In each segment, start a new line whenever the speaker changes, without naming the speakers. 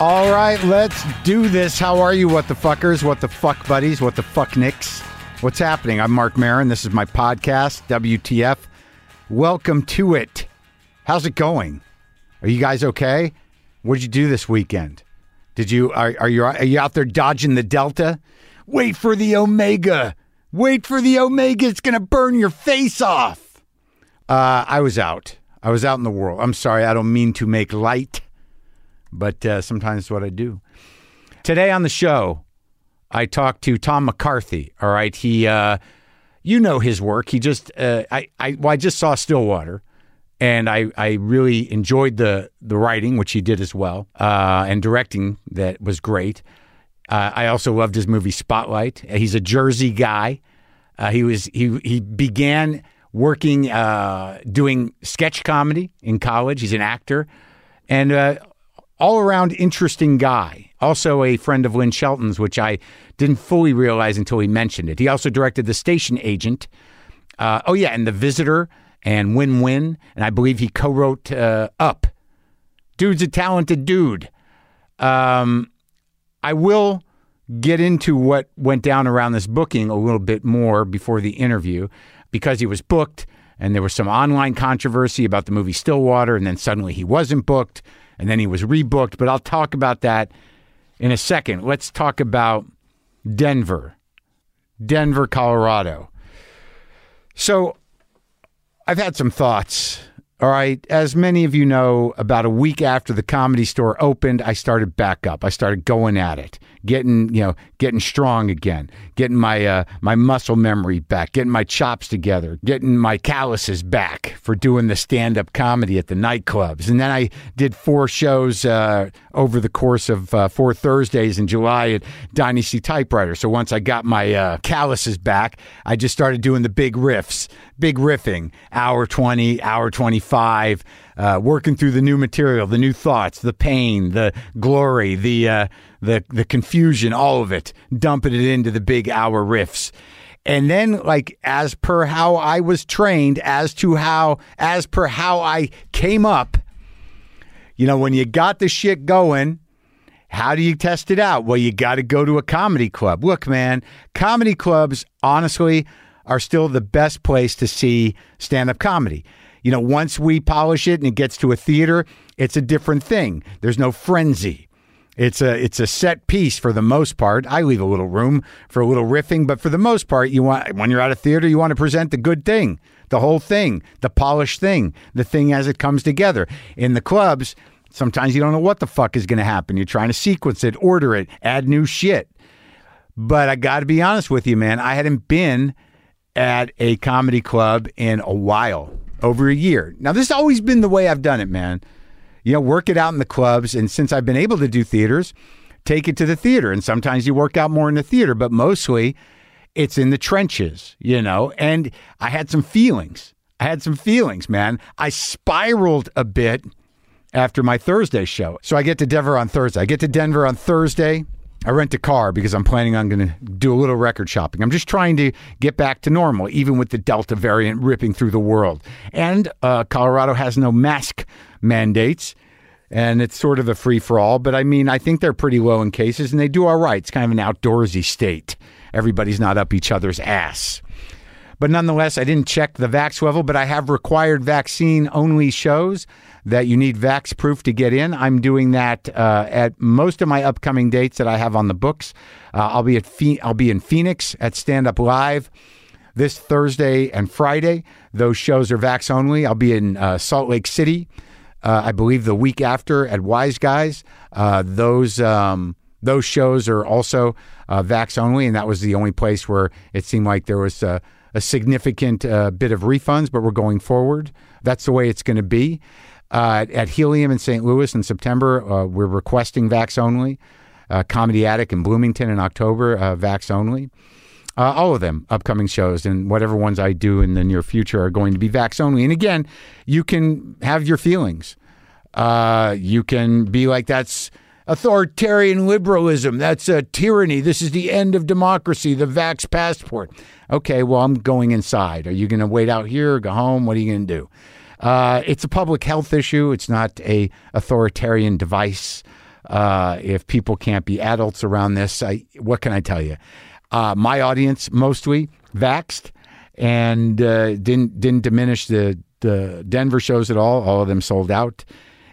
right, let's do this. How are you, what the fuckers? What the fuck buddies? What the fuck nicks? What's happening? I'm Mark Marin. This is my podcast, WTF. Welcome to it. How's it going? Are you guys okay? What did you do this weekend? Did you are, are you are you out there dodging the delta? Wait for the omega. Wait for the omega. It's gonna burn your face off. Uh, I was out. I was out in the world. I'm sorry. I don't mean to make light, but uh, sometimes it's what I do. Today on the show, I talked to Tom McCarthy. All right, he, uh, you know his work. He just, uh, I, I, well, I just saw Stillwater, and I, I really enjoyed the the writing, which he did as well, uh, and directing that was great. Uh, I also loved his movie Spotlight. He's a Jersey guy. Uh, he was he he began working uh, doing sketch comedy in college. He's an actor, and uh, all around interesting guy. Also a friend of Lynn Shelton's, which I didn't fully realize until he mentioned it. He also directed The Station Agent. Uh, oh, yeah, and The Visitor and Win Win. And I believe he co wrote uh, Up. Dude's a talented dude. Um, I will get into what went down around this booking a little bit more before the interview because he was booked and there was some online controversy about the movie Stillwater and then suddenly he wasn't booked and then he was rebooked. But I'll talk about that in a second. Let's talk about Denver, Denver, Colorado. So I've had some thoughts. All right. As many of you know, about a week after the comedy store opened, I started back up. I started going at it, getting, you know, getting strong again, getting my uh, my muscle memory back, getting my chops together, getting my calluses back for doing the stand-up comedy at the nightclubs. And then I did four shows uh, over the course of uh, four Thursdays in July at Dynasty Typewriter. So once I got my uh, calluses back, I just started doing the big riffs, big riffing, hour 20, hour 25, uh, working through the new material, the new thoughts, the pain, the glory, the, uh, the, the confusion, all of it, dumping it into the big hour riffs. And then, like, as per how I was trained, as to how, as per how I came up, you know, when you got the shit going, how do you test it out? Well, you got to go to a comedy club. Look, man, comedy clubs, honestly, are still the best place to see stand up comedy. You know, once we polish it and it gets to a theater, it's a different thing. There's no frenzy. It's a it's a set piece for the most part. I leave a little room for a little riffing, but for the most part, you want when you're at a theater, you want to present the good thing, the whole thing, the polished thing, the thing as it comes together. In the clubs, sometimes you don't know what the fuck is going to happen. You're trying to sequence it, order it, add new shit. But I got to be honest with you, man. I hadn't been at a comedy club in a while, over a year. Now, this has always been the way I've done it, man. You know, work it out in the clubs. And since I've been able to do theaters, take it to the theater. And sometimes you work out more in the theater, but mostly it's in the trenches, you know. And I had some feelings. I had some feelings, man. I spiraled a bit after my Thursday show. So I get to Denver on Thursday. I get to Denver on Thursday. I rent a car because I'm planning on going to do a little record shopping. I'm just trying to get back to normal, even with the Delta variant ripping through the world. And uh, Colorado has no mask mandates, and it's sort of a free for all. But I mean, I think they're pretty low in cases, and they do all right. It's kind of an outdoorsy state. Everybody's not up each other's ass. But nonetheless, I didn't check the vax level, but I have required vaccine only shows that you need vax proof to get in. I'm doing that uh, at most of my upcoming dates that I have on the books. Uh, I'll be at Phe- I'll be in Phoenix at Stand Up Live this Thursday and Friday. Those shows are vax only. I'll be in uh, Salt Lake City, uh, I believe, the week after at Wise Guys. Uh, those um, those shows are also uh, vax only, and that was the only place where it seemed like there was a, a significant uh, bit of refunds. But we're going forward. That's the way it's going to be. Uh, at Helium in St. Louis in September, uh, we're requesting vax only. Uh, Comedy Attic in Bloomington in October, uh, vax only uh, all of them upcoming shows and whatever ones I do in the near future are going to be vax only. And again, you can have your feelings. Uh, you can be like, that's authoritarian liberalism. That's a tyranny. This is the end of democracy, the vax passport. Okay, well, I'm going inside. Are you going to wait out here or go home? What are you going to do? Uh, it's a public health issue. It's not a authoritarian device. Uh, if people can't be adults around this, I, what can I tell you? Uh, my audience mostly vaxxed and uh, didn't didn't diminish the the Denver shows at all. All of them sold out,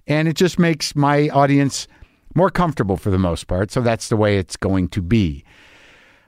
and it just makes my audience more comfortable for the most part. So that's the way it's going to be.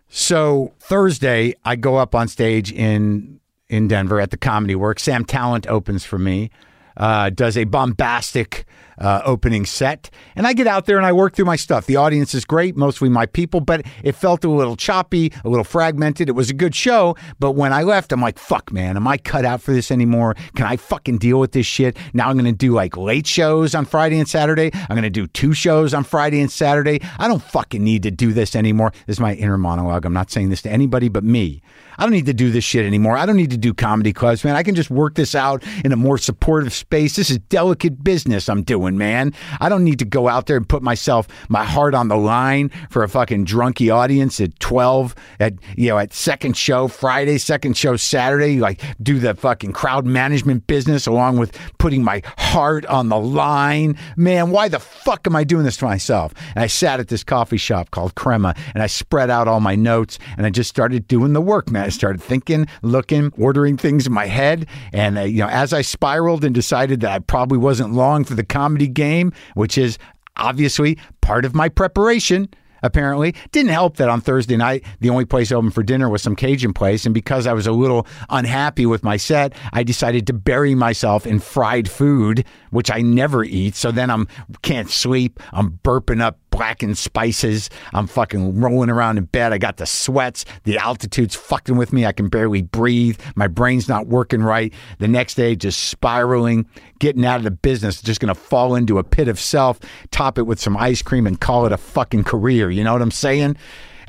So Thursday, I go up on stage in in Denver at the Comedy Works. Sam Talent opens for me, uh, does a bombastic uh, opening set, and I get out there and I work through my stuff. The audience is great, mostly my people, but it felt a little choppy, a little fragmented. It was a good show, but when I left, I'm like, "Fuck, man, am I cut out for this anymore? Can I fucking deal with this shit?" Now I'm going to do like late shows on Friday and Saturday. I'm going to do two shows on Friday and Saturday. I don't fucking need to do this anymore. This is my inner monologue. I'm not saying this to anybody but me. I don't need to do this shit anymore. I don't need to do comedy clubs, man. I can just work this out in a more supportive space. This is delicate business I'm doing, man. I don't need to go out there and put myself, my heart on the line for a fucking drunky audience at 12, at, you know, at second show Friday, second show Saturday. Like, do the fucking crowd management business along with putting my heart on the line. Man, why the fuck am I doing this to myself? And I sat at this coffee shop called Crema and I spread out all my notes and I just started doing the work, man. I started thinking, looking, ordering things in my head. And, uh, you know, as I spiraled and decided that I probably wasn't long for the comedy game, which is obviously part of my preparation. Apparently, didn't help that on Thursday night the only place open for dinner was some Cajun place, and because I was a little unhappy with my set, I decided to bury myself in fried food, which I never eat. So then I'm can't sleep. I'm burping up blackened spices. I'm fucking rolling around in bed. I got the sweats. The altitude's fucking with me. I can barely breathe. My brain's not working right. The next day, just spiraling, getting out of the business, just gonna fall into a pit of self, top it with some ice cream, and call it a fucking career. You know what I'm saying?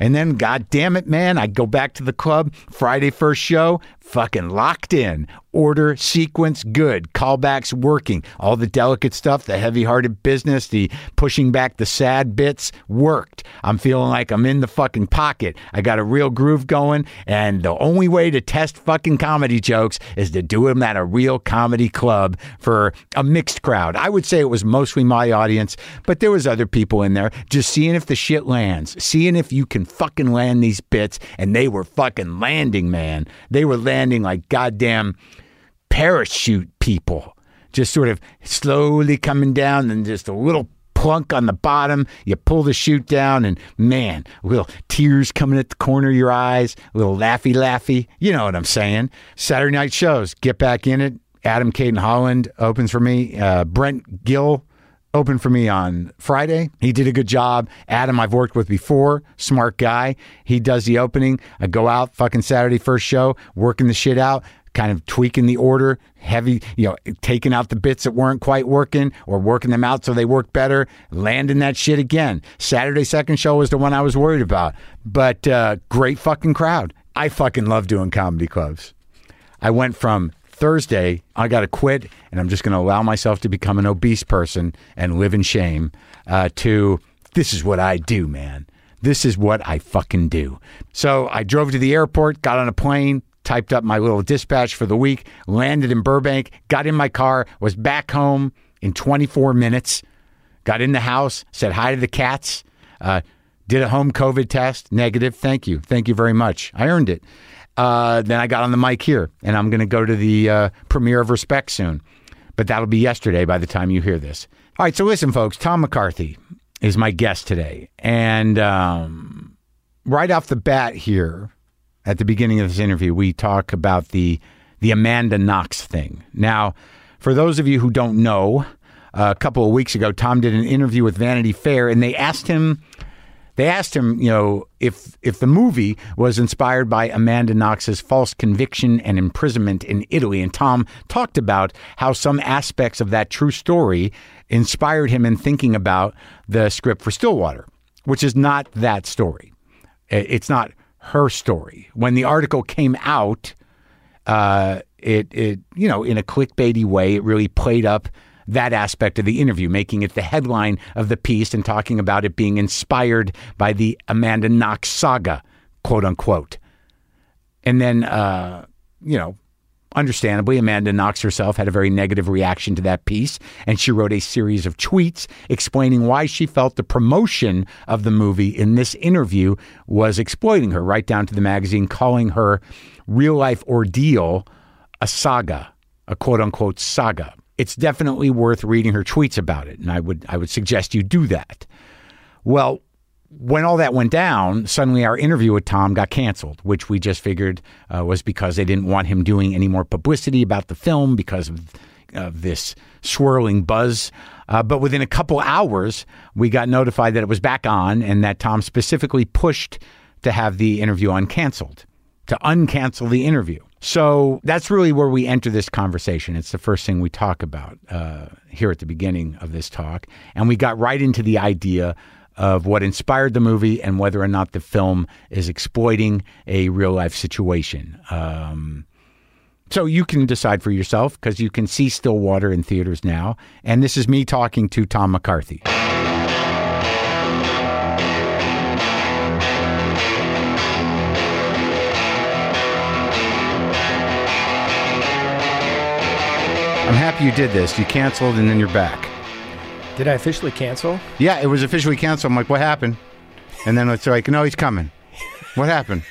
And then, god damn it, man, I go back to the club Friday first show, fucking locked in. Order, sequence, good. Callbacks working. All the delicate stuff, the heavy hearted business, the pushing back the sad bits worked. I'm feeling like I'm in the fucking pocket. I got a real groove going, and the only way to test fucking comedy jokes is to do them at a real comedy club for a mixed crowd. I would say it was mostly my audience, but there was other people in there just seeing if the shit lands, seeing if you can fucking land these bits, and they were fucking landing, man. They were landing like goddamn parachute people, just sort of slowly coming down and just a little plunk on the bottom. You pull the chute down, and man, little tears coming at the corner of your eyes, little laffy laffy. You know what I'm saying? Saturday night shows, get back in it. Adam Caden Holland opens for me. Uh, Brent Gill opened for me on Friday. He did a good job. Adam, I've worked with before, smart guy. He does the opening. I go out fucking Saturday first show, working the shit out, kind of tweaking the order, heavy, you know, taking out the bits that weren't quite working or working them out so they work better, landing that shit again. Saturday second show was the one I was worried about, but uh, great fucking crowd. I fucking love doing comedy clubs. I went from Thursday, I got to quit and I'm just going to allow myself to become an obese person and live in shame uh, to this is what I do, man. This is what I fucking do. So I drove to the airport, got on a plane, typed up my little dispatch for the week, landed in Burbank, got in my car, was back home in 24 minutes, got in the house, said hi to the cats, uh, did a home COVID test, negative. Thank you. Thank you very much. I earned it. Uh, then I got on the mic here, and I'm going to go to the uh, premiere of Respect soon. But that'll be yesterday by the time you hear this. All right, so listen, folks, Tom McCarthy is my guest today. And um, right off the bat here, at the beginning of this interview, we talk about the the Amanda Knox thing. Now, for those of you who don't know, a couple of weeks ago, Tom did an interview with Vanity Fair, and they asked him they asked him, you know, if if the movie was inspired by Amanda Knox's false conviction and imprisonment in Italy, and Tom talked about how some aspects of that true story inspired him in thinking about the script for Stillwater, which is not that story. It's not her story. When the article came out, uh, it it you know in a clickbaity way, it really played up that aspect of the interview, making it the headline of the piece and talking about it being inspired by the Amanda Knox saga, quote unquote. And then uh, you know Understandably, Amanda Knox herself had a very negative reaction to that piece, and she wrote a series of tweets explaining why she felt the promotion of the movie in this interview was exploiting her, right down to the magazine calling her real life ordeal a saga, a quote unquote saga. It's definitely worth reading her tweets about it, and I would I would suggest you do that. Well, when all that went down, suddenly our interview with Tom got canceled, which we just figured uh, was because they didn't want him doing any more publicity about the film because of uh, this swirling buzz. Uh, but within a couple hours, we got notified that it was back on and that Tom specifically pushed to have the interview uncanceled, to uncancel the interview. So that's really where we enter this conversation. It's the first thing we talk about uh, here at the beginning of this talk. And we got right into the idea of what inspired the movie and whether or not the film is exploiting a real life situation. Um, so you can decide for yourself because you can see Stillwater in theaters now. And this is me talking to Tom McCarthy. I'm happy you did this. You canceled and then you're back.
Did I officially cancel?
Yeah, it was officially canceled. I'm like, what happened? And then it's like, no, he's coming. What happened?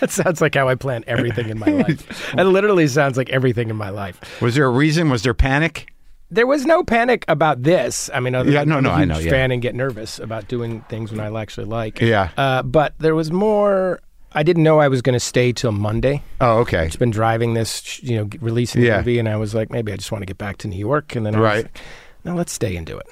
That sounds like how I plan everything in my life. That literally sounds like everything in my life.
Was there a reason? Was there panic?
There was no panic about this. I mean, other
Yeah,
than
no,
I'm a
no, I
huge
know, yeah.
Fan and get nervous about doing things when I actually like.
Yeah.
Uh, but there was more. I didn't know I was going to stay till Monday.
Oh, okay.
It's been driving this, you know, releasing the
Yeah.
movie, and I was like, maybe I just want to get back to New York, and then I
Right.
was like, no, let's stay and do it.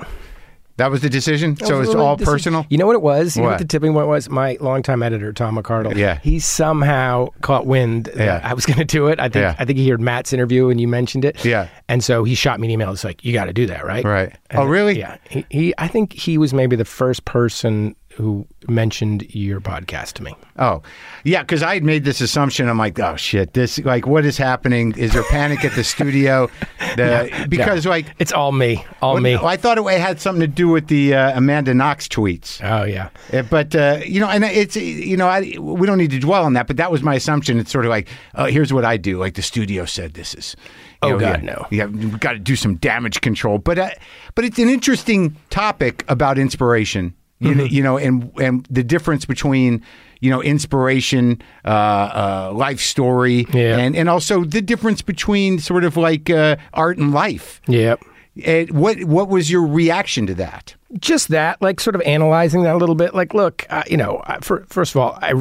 That was the decision.
That
So
was
it's
really
all
dis-
personal.
You know what it was? You know
What?
what the tipping point was? My longtime editor, Tom McCardle.
Yeah.
He somehow caught wind that
Yeah.
I was going to do it. I think
Yeah.
I think he heard Matt's interview and you mentioned it.
Yeah.
And so he shot me an email. It's like, you got to do that, right?
Right.
And
Oh, really?
Yeah. He, he, I think he was maybe the first person who mentioned your podcast to me.
Oh, yeah, because I had made this assumption. I'm like, oh shit, this like, what is happening? Is there panic at the studio? The, because like,
It's all me. All
what-
me.
I thought it had something to do with the uh, Amanda Knox tweets.
Oh, yeah.
Uh, But uh, you know, and it's you know, I we don't need to dwell on that. But that was my assumption. It's sort of like, uh, here's what I do. Like the studio said, this is. you
Oh, God,
yeah,
no.
Yeah, we got to do some damage control. But uh, but it's an interesting topic about inspiration. You,
Mm-hmm.
know, you know, and and the difference between you know inspiration, uh, uh, life story,
Yeah.
and and also the difference between sort of like uh, art and life.
Yep.
And what what was your reaction to that?
just that, like sort of analyzing that a little bit. Like, look, uh, you know, I, for, first of all, I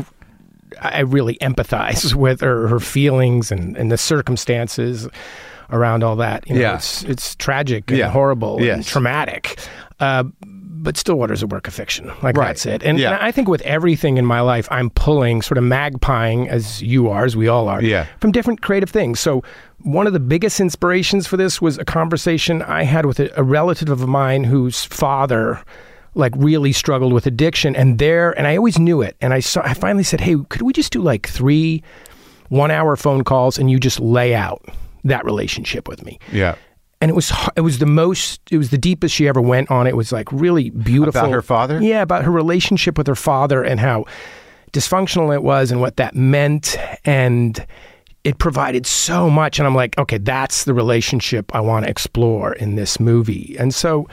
I really empathize with her, her feelings and, and the circumstances around all that. You know,
Yeah.
it's it's tragic and
Yeah.
horrible
Yes.
and traumatic. Uh, but Stillwater's a work of fiction. Like
Right.
that's it. And,
Yeah.
and I think with everything in my life, I'm pulling, sort of magpieing, as you are, as we all are,
Yeah.
from different creative things. So one of the biggest inspirations for this was a conversation I had with a, a relative of mine whose father like really struggled with addiction and there and I always knew it and I saw I finally said, "Hey, could we just do like 3 1-hour phone calls and you just lay out that relationship with me?"
Yeah,
and it was h- it was the most it was the deepest she ever went on it was like really beautiful
About her father?
yeah about her relationship with her father and how dysfunctional it was and what that meant and it provided so much and i'm like okay that's the relationship i want to explore in this movie and so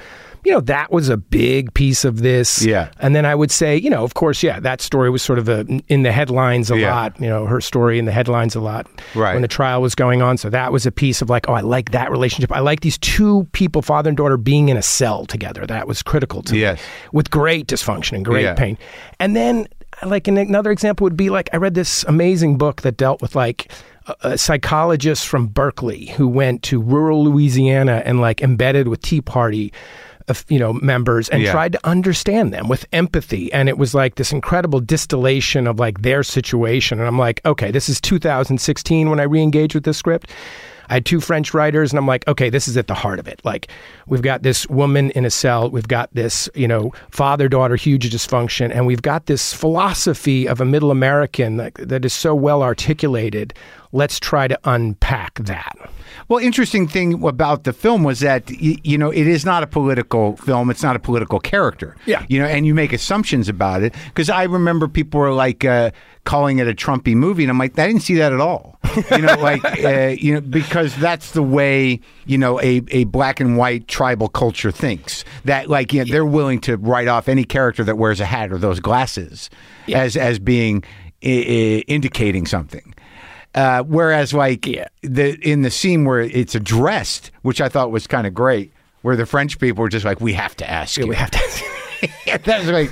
you know that was a big piece of this
Yeah.
and then i would say you know of course yeah that story was sort of a, in the headlines a
Yeah.
lot you know her story in the headlines a lot
Right.
when the trial was going on. So that was a piece of like, oh, I like that relationship. I like these two people, father and daughter, being in a cell together. That was critical to me.
Yes.
with great dysfunction and great
Yeah.
pain. And then, like an, another example would be like I read this amazing book that dealt with like a, a psychologist from Berkeley who went to rural Louisiana and like embedded with Tea Party. Of, you know members and
Yeah.
tried to understand them with empathy and it was like this incredible distillation of like their situation and i'm like okay this is 2016 when i re-engage with this script i had two french writers and i'm like okay this is at the heart of it like we've got this woman in a cell we've got this you know father daughter huge dysfunction and we've got this philosophy of a middle american that, that is so well articulated let's try to unpack that
Well, interesting thing about the film was that y- you know it is not a political film. It's not a political character.
Yeah.
you know, and you make assumptions about it because I remember people were like uh, calling it a Trumpy movie, and I'm like, I didn't see that at all. you know, like uh, you know, because that's the way you know a, a black and white tribal culture thinks. That like you know, they're willing to write off any character that wears a hat or those glasses as as being I- I- indicating something. Uh, whereas, like
Yeah.
the in the scene where it's addressed, which I thought was kind of great, where the French people were just like, "We have to ask you."
we have to.
That's right.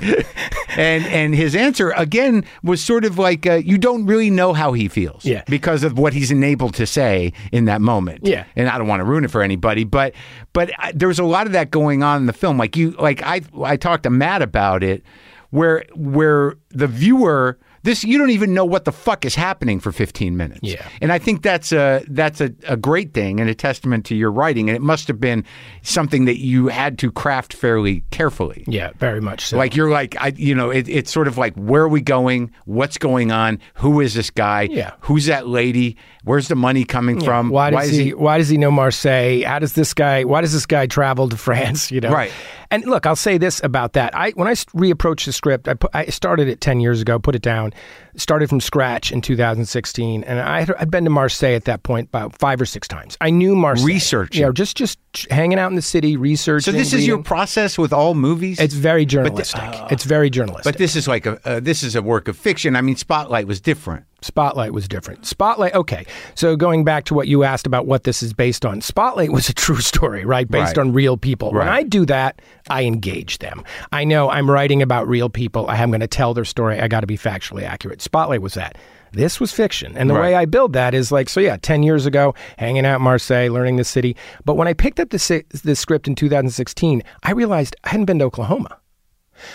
And and his answer again was sort of like uh, you don't really know how he feels,
Yeah.
because of what he's enabled to say in that moment,
Yeah.
And I don't want to ruin it for anybody, but but I, there was a lot of that going on in the film. Like you, like I I talked to Matt about it, where where the viewer. This you don't even know what the fuck is happening for 15 minutes.
Yeah.
And I think that's a that's a, a great thing and a testament to your writing. And it must have been something that you had to craft fairly carefully.
yeah, very much so.
Like you're like I, you know, it, it's sort of like where are we going? What's going on? Who is this guy?
Yeah.
Who's that lady? Where's the money coming from?
why does he, Why does he know Marseille? How does this guy? Why does this guy travel to France? You know,
Right.
And look, I'll say this about that. I when I s- reapproached the script, I, put, I started it ten years ago, put it down, started from scratch in 2016, and I had, I'd been to Marseille at that point about five or six times. I knew Marseille,
Researching.
you know, just just hanging out in the city, researching.
So this is your
reading.
process with all movies.
It's very journalistic. it's very journalistic.
but this is like a uh, this is a work of fiction. I mean, Spotlight was different.
Spotlight was different. Spotlight, okay. So going back to what you asked about what this is based on, Spotlight was a true story, right? Based
Right.
on real people. When
Right.
I do that, I engage them. I know I'm writing about real people. I am going to tell their story. I got to be factually accurate. Spotlight was that. This was fiction. And the way
Right.
I build that is like, so yeah, 10 years ago, hanging out in Marseille, learning the city. But when I picked up the, si- the script in 2016, I realized I hadn't been to Oklahoma.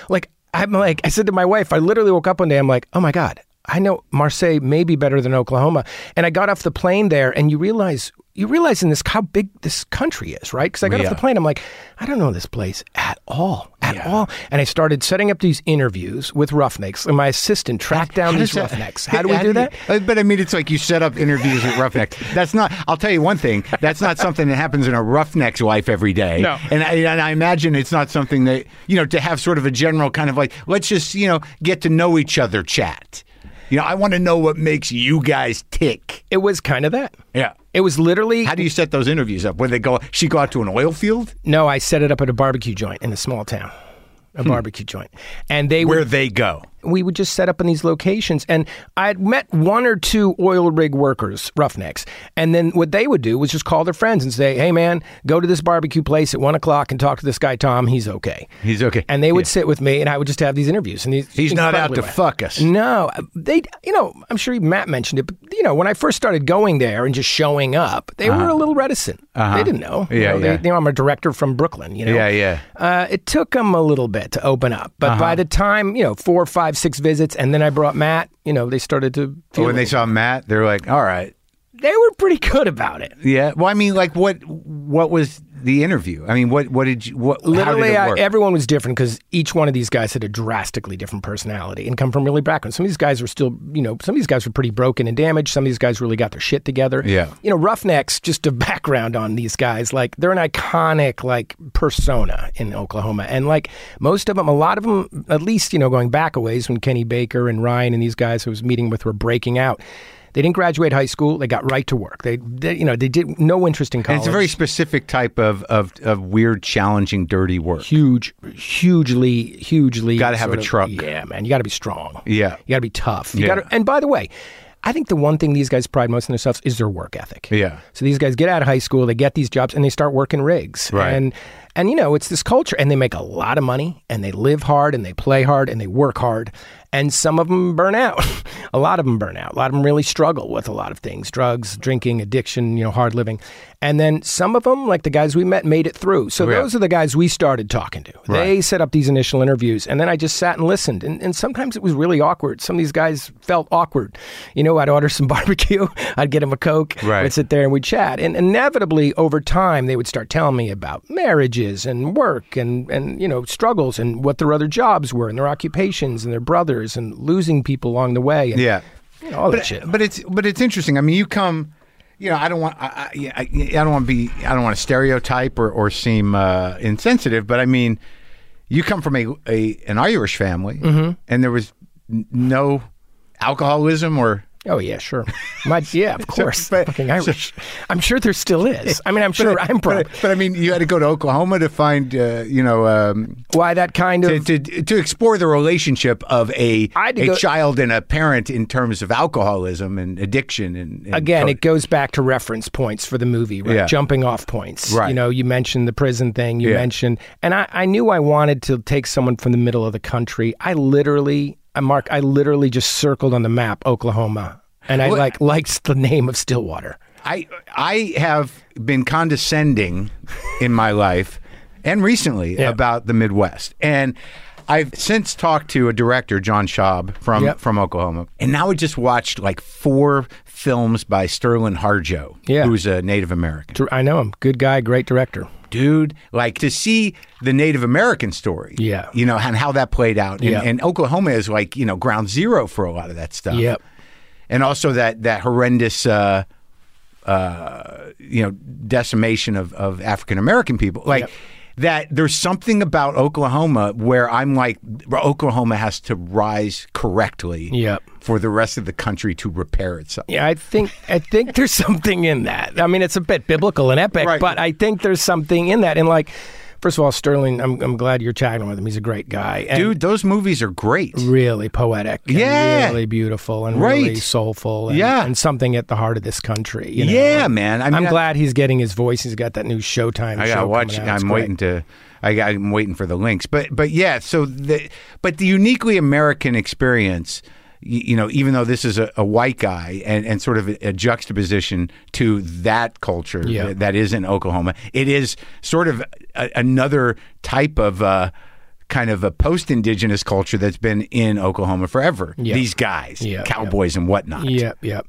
Like I'm like I said to my wife, I literally woke up one day. I'm like, oh my god, I know Marseille may be better than Oklahoma. And I got off the plane there, and you realize you realize in this how big this country is, right? Because I got
Yeah.
off the plane, I'm like, I don't know this place at all, at all. And I started setting up these interviews with roughnecks, and my assistant tracked down
How does
these
that-
roughnecks. How do we do that?
Uh, But I mean, it's like you set up interviews with roughnecks. That's not. I'll tell you one thing. That's not something that happens in a roughneck's life every day.
No.
And I, and I imagine it's not something that you know to have sort of a general kind of like let's just you know get to know each other chat. You know, I want to know what makes you guys tick.
It was kind of that.
Yeah.
It was literally
How do you set those interviews up? Where they go? She go out to an oil field
no. I set it up at a barbecue joint in a small town, a barbecue joint, and they
Hmm. where they go.
we would just set up in these locations. And I had met one or two oil rig workers, roughnecks. And then what they would do was just call their friends and say, hey, man, go to this barbecue place at one o'clock and talk to this guy, Tom. He's okay.
He's okay.
And they would sit with me and I would just have these interviews. And these,
He's not out
incredibly
to
rad.
fuck us.
No, they, you know, I'm sure Matt mentioned it, but, you know, when I first started going there and just showing up, they were a little reticent. They didn't know. You
Uh-huh. Yeah,
know, they-
yeah.
They, know, I'm a director from Brooklyn, you know.
Yeah, yeah. Uh-huh.
Uh, it took them a little bit to open up, but by the time you know four, five, six visits, and then I brought Matt, you know, they started to. Feel
When Oh, they saw Matt, they're like, "All right,
they were pretty good about it.
Yeah. Well, I mean, like, what what was the interview? I mean, what what did you what
Literally,
How
I,
did it work?
everyone was different because each one of these guys had a drastically different personality and come from really backgrounds. Some of these guys were still, you know, some of these guys were pretty broken and damaged. Some of these guys really got their shit together.
Yeah.
You know, Roughnecks, just a background on these guys, like they're an iconic, like, persona in Oklahoma. And, like, most of them, a lot of them, at least, you know, going back a ways when Kenny Baker and Ryan and these guys I was meeting with were breaking out. They didn't graduate high school. They got right to work. They, they you know, they did no interest in college.
And it's a very specific type of of, of weird, challenging, dirty work.
huge, hugely, hugely.
Gotta have
sort
a
of-
truck.
Yeah, man. You got to be strong.
Yeah.
You got to be tough. You
Yeah.
gotta, and by the way, I think the one thing these guys pride most in themselves is their work ethic.
Yeah.
So these guys get out of high school, they get these jobs, and they start working rigs.
Right.
And and you know it's this culture, and they make a lot of money, and they live hard, and they play hard, and they work hard, and some of them burn out. a lot of them burn out. A lot of them really struggle with a lot of things: drugs, drinking, addiction, you know, hard living. And then some of them, like the guys we met, made it through. So
Yeah.
those are the guys we started talking to. They set up these initial interviews, and then I just sat and listened. And, and sometimes it was really awkward. Some of these guys felt awkward. You know, I'd order some barbecue, I'd get them a Coke,
Right.
we'd sit there and we'd chat. And inevitably, over time, they would start telling me about marriages and work and, and you know, struggles and what their other jobs were and their occupations and their brothers and losing people along the way. And,
Yeah.
you know, all that
But,
shit.
but it's but it's interesting. I mean, you come, you know, I don't want I, I, I I don't want to be I don't want to stereotype or or seem uh, insensitive, but I mean, you come from a, Mm-hmm. a an Irish family, and there was n- no alcoholism or
Oh yeah, sure. My yeah, of course.
but-
Fucking Irish. I'm sure there still is. I mean, I'm sure I'm
But,
probably
but I mean, you had to go to Oklahoma to find, uh, you know, um,
why that kind of
to, to to explore the relationship of a
I had to
a
go-
child and a parent in terms of alcoholism and addiction and, and
again,
co-
it goes back to reference points for the movie, right?
Yeah.
Jumping off points.
Right.
You know, you mentioned the prison thing, you
Yeah.
mentioned, and I, I knew I wanted to take someone from the middle of the country. I literally, I Mark, I literally just circled on the map Oklahoma, and I like liked the name of Stillwater.
I I have been condescending in my life and recently about the Midwest. And I've since talked to a director, John Schaub from,
Yep.
from Oklahoma. And now I just watched like four films by Sterling Harjo,
Yeah.
who's a Native American.
Dir- I know him, good guy, great director.
Dude, like to see the Native American story.
Yeah.
You know, and how that played out. And,
Yeah.
and Oklahoma is like, you know, ground zero for a lot of that stuff
Yep.
and also that that horrendous uh, uh, you know decimation of, of African American people like
Yep.
that there's something about Oklahoma where I'm like Oklahoma has to rise correctly
Yep.
for the rest of the country to repair itself
Yeah, I think I think there's something in that. I mean, it's a bit biblical and epic,
Right.
but I think there's something in that. And like, first of all, Sterling, I'm, I'm glad you're chatting with him. He's a great guy, and
dude those movies are great
really poetic, and
Yeah.
really beautiful, and
Right.
really soulful, and,
Yeah.
and something at the heart of this country. you know?
yeah man I mean,
I'm
I-
glad he's getting his voice. He's got that new Showtime.
I
show
gotta
coming
watch.
out. It's
I'm
great.
waiting to. I got, I'm waiting for the links. But but yeah. So the but the uniquely American experience. You, you know, even though this is a, a white guy and, and sort of a, a juxtaposition to that culture
Yeah.
that- that is in Oklahoma, it is sort of a, another type of. Uh, Kind of a post-indigenous culture that's been in Oklahoma forever. These guys,
Yeah, yeah.
cowboys and whatnot.
Yep, yep.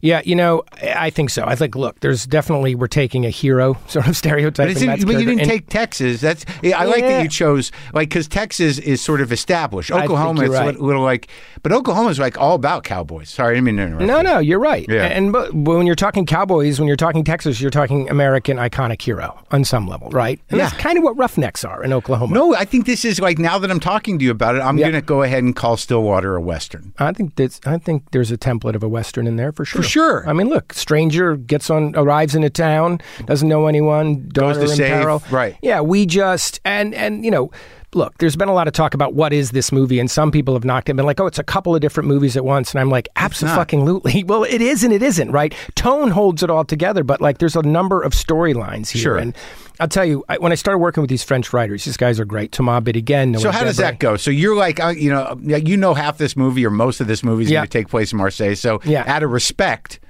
Yeah, you know, I I think so. I think look, there's definitely we're taking a hero sort of stereotype.
But, it's, but you didn't
and,
take Texas. That's yeah, I like that
Yeah.
you chose like because Texas is sort of established.
think
Oklahoma
you're
is a
right.
little, little like, but Oklahoma's like all about cowboys. Sorry, I didn't mean to interrupt.
No,
you.
no, you're right.
Yeah.
And but when you're talking Cowboys, when you're talking Texas, you're talking American iconic hero on some level, right? And that's
Yeah.
kind of what Roughnecks are in Oklahoma.
no. I think this is like now that I'm talking to you about it, I'm
Yeah.
going to go ahead and call Stillwater a Western.
I think that's I think there's a template of a western in there for sure.
For sure.
I mean, look, stranger gets on, arrives in a town, doesn't know anyone, daughter
to
in
save,
peril.
right.
Yeah, we just and and you know, look, there's been a lot of talk about what is this movie, and some people have knocked it, and been like, oh, it's a couple of different movies at once, and I'm like, absolutely. Well, it is and it isn't, right? Tone holds it all together, but like, there's a number of storylines here,
Sure.
and I'll tell you, I, when I started working with these French writers, these guys are great. Thomas Bidigan, Noah
So how does
Debray.
that go? So you're like, uh, you know, yeah, you know, half this movie or most of this movie is
Yeah.
going to take place in Marseille. So
Yeah.
out of respect,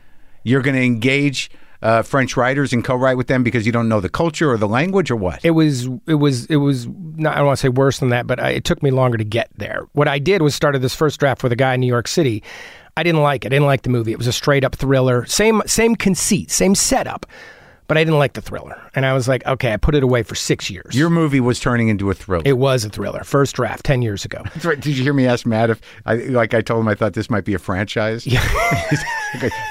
you're going to engage uh, French writers and co-write with them because you don't know the culture or the language or what.
it was it was it was not, I don't want to say worse than that, but I, it took me longer to get there. What I did was started this first draft with a guy in New York City. I didn't like it. I didn't like the movie. It was a straight up thriller. Same same conceit, same setup, but I didn't like the thriller. And I was like, okay, I put it away for six years.
Your movie was turning into a thriller.
it was a thriller. First draft, ten years ago.
That's right. Did you hear me ask Matt if I like I told him I thought this might be a franchise? Yeah.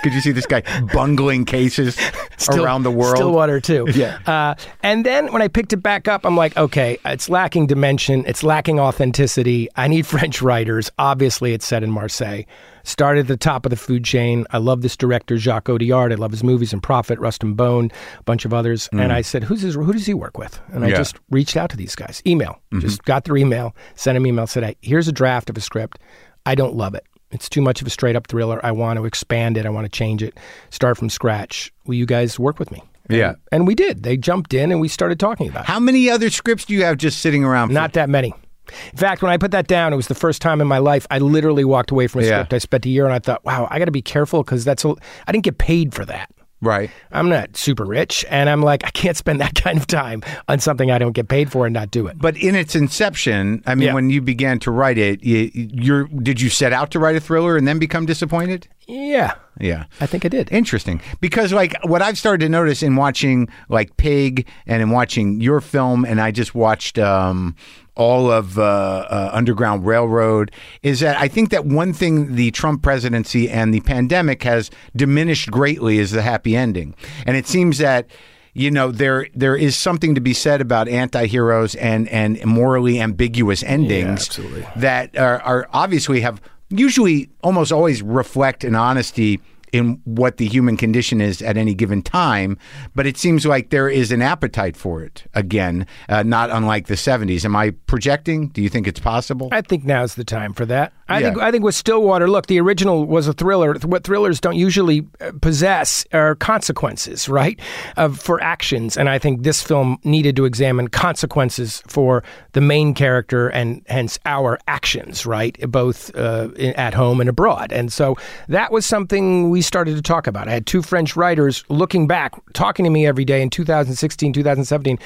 Could you see this guy bungling cases
Still-
around the world?
Stillwater too.
Yeah.
Uh, and then when I picked it back up, I'm like, okay, it's lacking dimension. It's lacking authenticity. I need French writers. Obviously, it's set in Marseille. Started at the top of the food chain. I love this director, Jacques Audiard. I love his movies and Prophet, Rust and Bone, a bunch of others. And I said, Who's his, who does he work with? And I
Mm. Yeah. Mm-hmm.
just reached out to these guys, email, just got their email, sent an email, said, "Hey, here's a draft of a script. I don't love it. It's too much of a straight up thriller. I want to expand it. I want to change it, start from scratch. Will you guys work with me?
Yeah.
And we did. They jumped in and we started talking about it.
How many other scripts do you have just sitting around? for-
Not that many. In fact, when I put that down, it was the first time in my life I literally walked away from a
Yeah.
script I spent a year and I thought, wow, I got to be careful because that's a, I didn't get paid for that.
right.
I'm not super rich, and I'm like, I can't spend that kind of time on something I don't get paid for and not do it.
But in its inception, I mean,
Yeah.
when you began to write it, you, you're did you set out to write a thriller and then become disappointed?
Yeah,
Yeah.
I think I did.
Interesting, because like what I've started to notice in watching like Pig and in watching your film, and I just watched um, all of uh, uh, Underground Railroad, is that I think that one thing the Trump presidency and the pandemic has diminished greatly is the happy ending, and it seems that. You know there there is something to be said about anti-heroes and and morally ambiguous endings
absolutely.
that are, are obviously have usually almost always reflect an honesty in what the human condition is at any given time, but it seems like there is an appetite for it again, uh, not unlike the 70s. Am I projecting? Do you think it's possible?
I think now's the time for that. I
Yeah.
think I think with Stillwater, look, the original was a thriller. What thrillers don't usually uh, possess are consequences, right, of for actions. And I think this film needed to examine consequences for the main character and hence our actions, right, both uh, in, at home and abroad. And so that was something we started to talk about. I had two French writers looking back, talking to me every day in 2016, 2017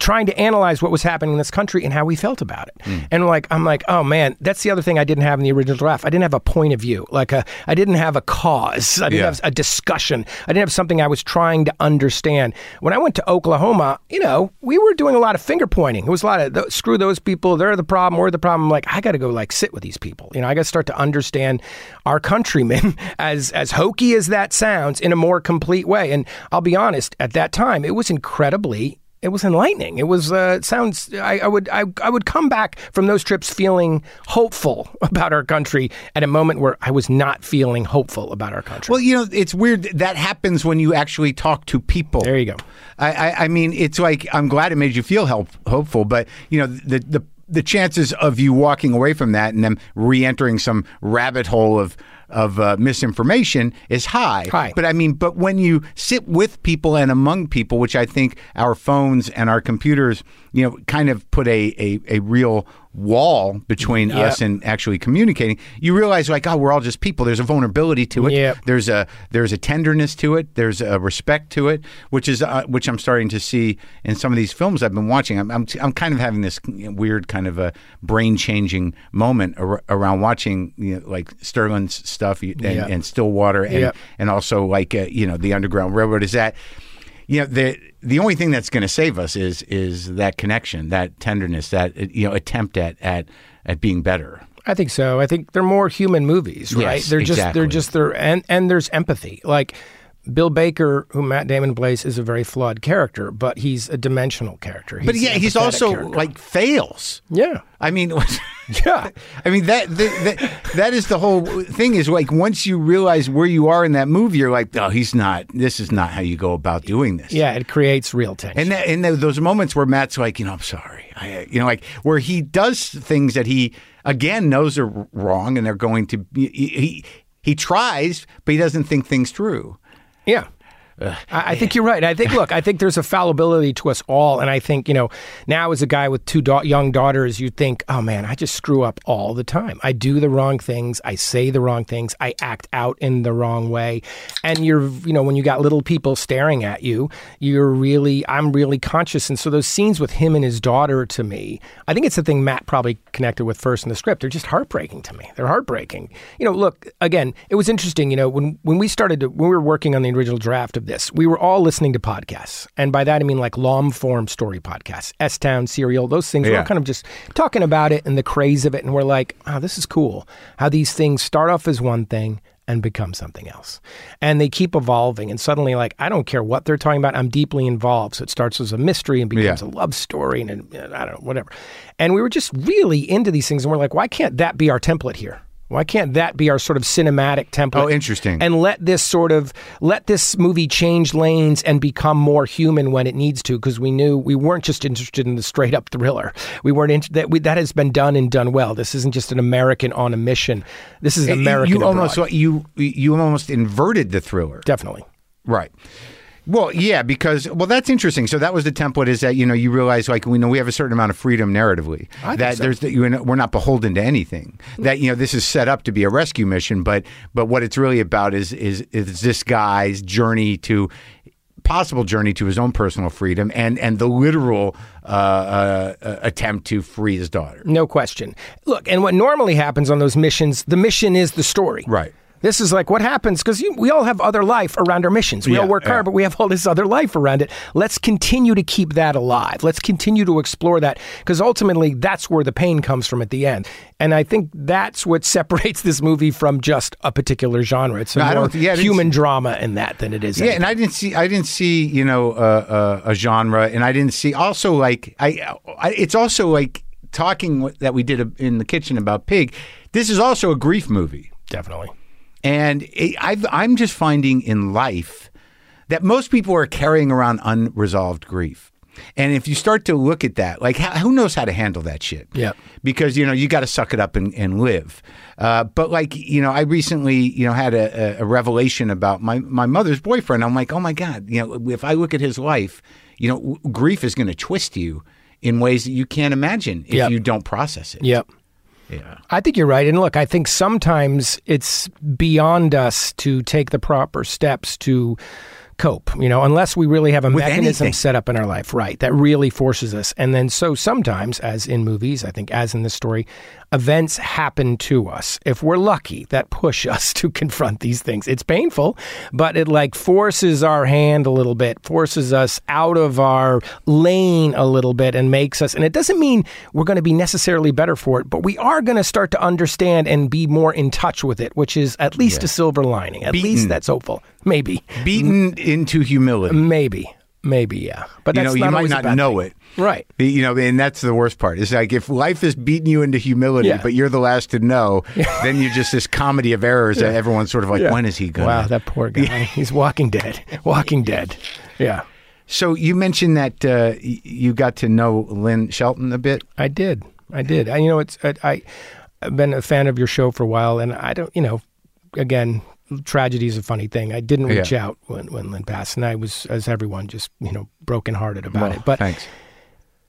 trying to analyze what was happening in this country and how we felt about it. And like I'm like, oh man, that's the other thing I didn't have in the original draft. I didn't have a point of view. Like a, I didn't have a cause. I didn't
Yeah.
have a discussion. I didn't have something I was trying to understand. When I went to Oklahoma, you know, we were doing a lot of finger pointing. It was a lot of "Th- screw those people. They're the problem. We're the problem. Like I got to go like sit with these people. You know, I got to start to understand our countrymen as as hokey as that sounds in a more complete way. And I'll be honest, at that time, it was incredibly it was enlightening. It was uh, it sounds. I, I would I, I would come back from those trips feeling hopeful about our country at a moment where I was not feeling hopeful about our country.
Well, you know, it's weird. That happens when you actually talk to people.
there you go.
I, I, I mean, it's like I'm glad it made you feel help, hopeful, but you know the the the chances of you walking away from that and then re-entering some rabbit hole of of uh, misinformation is high.
High.
But I mean, but when you sit with people and among people, which I think our phones and our computers, you know, kind of put a a, a real wall between
Yep.
us and actually communicating, you realize like, oh, we're all just people. There's a vulnerability to it.
Yep.
There's a there's a tenderness to it. There's a respect to it, which is uh, which I'm starting to see in some of these films I've been watching. I'm I'm, I'm kind of having this weird kind of a brain changing moment ar- around watching you know, like Sterling's stuff and,
Yeah.
and Stillwater and
Yeah.
and also like uh, you know the Underground Railroad. Is that you know the the only thing that's going to save us is is that connection, that tenderness, that uh, you know attempt at at at being better.
I think so. I think they're more human movies, right?
Yes,
they're just
exactly.
they're just they're and and there's empathy. Like Bill Baker, who Matt Damon plays, is a very flawed character, but he's a dimensional character.
But yeah,
an
he's
empathetic
also
character.
like fails.
yeah.
I mean,
Yeah.
I mean that, that that that is the whole thing. Is like once you realize where you are in that movie, you're like, oh, he's not. This is not how you go about doing this.
Yeah, it creates real tension.
And that, and tho- those moments where Matt's like, you know, I'm sorry, I, you know, like where he does things that he again knows are wrong, and they're going to be, he, he he tries, but he doesn't think things through.
Yeah. I, I think you're right. I think, look, I think there's a fallibility to us all. And I think, you know, now as a guy with two da- young daughters, you think, oh man, I just screw up all the time. I do the wrong things. I say the wrong things. I act out in the wrong way. And you're, you know, when you got little people staring at you, you're really, I'm really conscious. And so those scenes with him and his daughter to me, I think it's the thing Matt probably connected with first in the script. They're just heartbreaking to me. They're heartbreaking. You know, look, again, it was interesting, you know, when when we started to, when we were working on the original draft of this, we were all listening to podcasts. And by that I mean like long form story podcasts, S Town Serial, those things. We're
Yeah.
all kind of just talking about it and the craze of it and we're like, "Oh, this is cool. How these things start off as one thing and become something else. And they keep evolving. And suddenly, like, I don't care what they're talking about. I'm deeply involved. So it starts as a mystery and becomes a
Yeah.
love story and, and, I don't know, whatever. And we were just really into these things. And we're like, why can't that be our template here? Why can't that be our sort of cinematic template?
Oh, interesting.
And let this sort of let this movie change lanes and become more human when it needs to, because we knew we weren't just interested in the straight up thriller. We weren't in, that we, that has been done and done well. This isn't just an American on a mission. This is an American.
you almost
abroad.
you you almost inverted the thriller.
definitely.
Right. Well, yeah, because well, that's interesting. So that was the template is that you know you realize like we know we have a certain amount of freedom narratively that there's that you we're not beholden to anything that you know this is set up to be a rescue mission, but but what it's really about is is is this guy's journey to possible journey to his own personal freedom and and the literal uh, uh, uh, attempt to free his daughter.
No question. Look, and what normally happens on those missions, the mission is the story.
Right.
This is like what happens because we all have other life around our missions. We
Yeah,
all work
yeah.
hard, but we have all this other life around it. Let's continue to keep that alive. Let's continue to explore that because ultimately that's where the pain comes from at the end. And I think that's what separates this movie from just a particular genre. It's a
I
more
don't- yeah, I didn't
human drama in that than it is.
Yeah,
anything.
and I didn't see I didn't see you know uh, uh, a genre, and I didn't see also like I, I it's also like talking with- that we did in the kitchen about pig. This is also a grief movie.
Definitely.
And it, I've, I'm just finding in life that most people are carrying around unresolved grief. And if you start to look at that, like how, who knows how to handle that shit?
Yeah.
Because, you know, you got to suck it up and, and live. Uh, but like, you know, I recently, you know, had a, a- a revelation about my, my mother's boyfriend. I'm like, oh my God, you know, if I look at his life, you know, w- grief is going to twist you in ways that you can't imagine if
Yep.
you don't process it.
Yep.
Yeah.
I think you're right. And look, I think sometimes it's beyond us to take the proper steps to cope, you know, unless we really have a mechanism
anything.
set up in our life, right, that really forces us. And then so sometimes, as in movies, I think, as in this story, events happen to us. If we're lucky, that push us to confront these things. It's painful, but it like forces our hand a little bit, forces us out of our lane a little bit, and makes us. And it doesn't mean we're going to be necessarily better for it, but we are going to start to understand and be more in touch with it, which is at least a silver lining. At
Mm.
least that's hopeful. Maybe,
Beaten into humility.
maybe, maybe, yeah. But
You
Mm, that's
know, you
not
might
always a
not
bad
know
thing.
it.
right?
The- You know, and that's the worst part. It's like if life is beating you into humility,
Yeah.
but you're the last to know, then you're just this comedy of errors that everyone's sort of like, when is he going?
Wow,
to
that poor guy. He's walking dead. Walking dead. Yeah,
So you mentioned that uh, y- you got to know Lynn Shelton a bit.
I did. I did. I, you know, it's uh, I, I, I've been a fan of your show for a while, and I don't. You know, again, tragedy is a funny thing. I didn't reach
Yeah.
out when when Lynn passed, and I was, as everyone, just you know, brokenhearted about it. But
Thanks.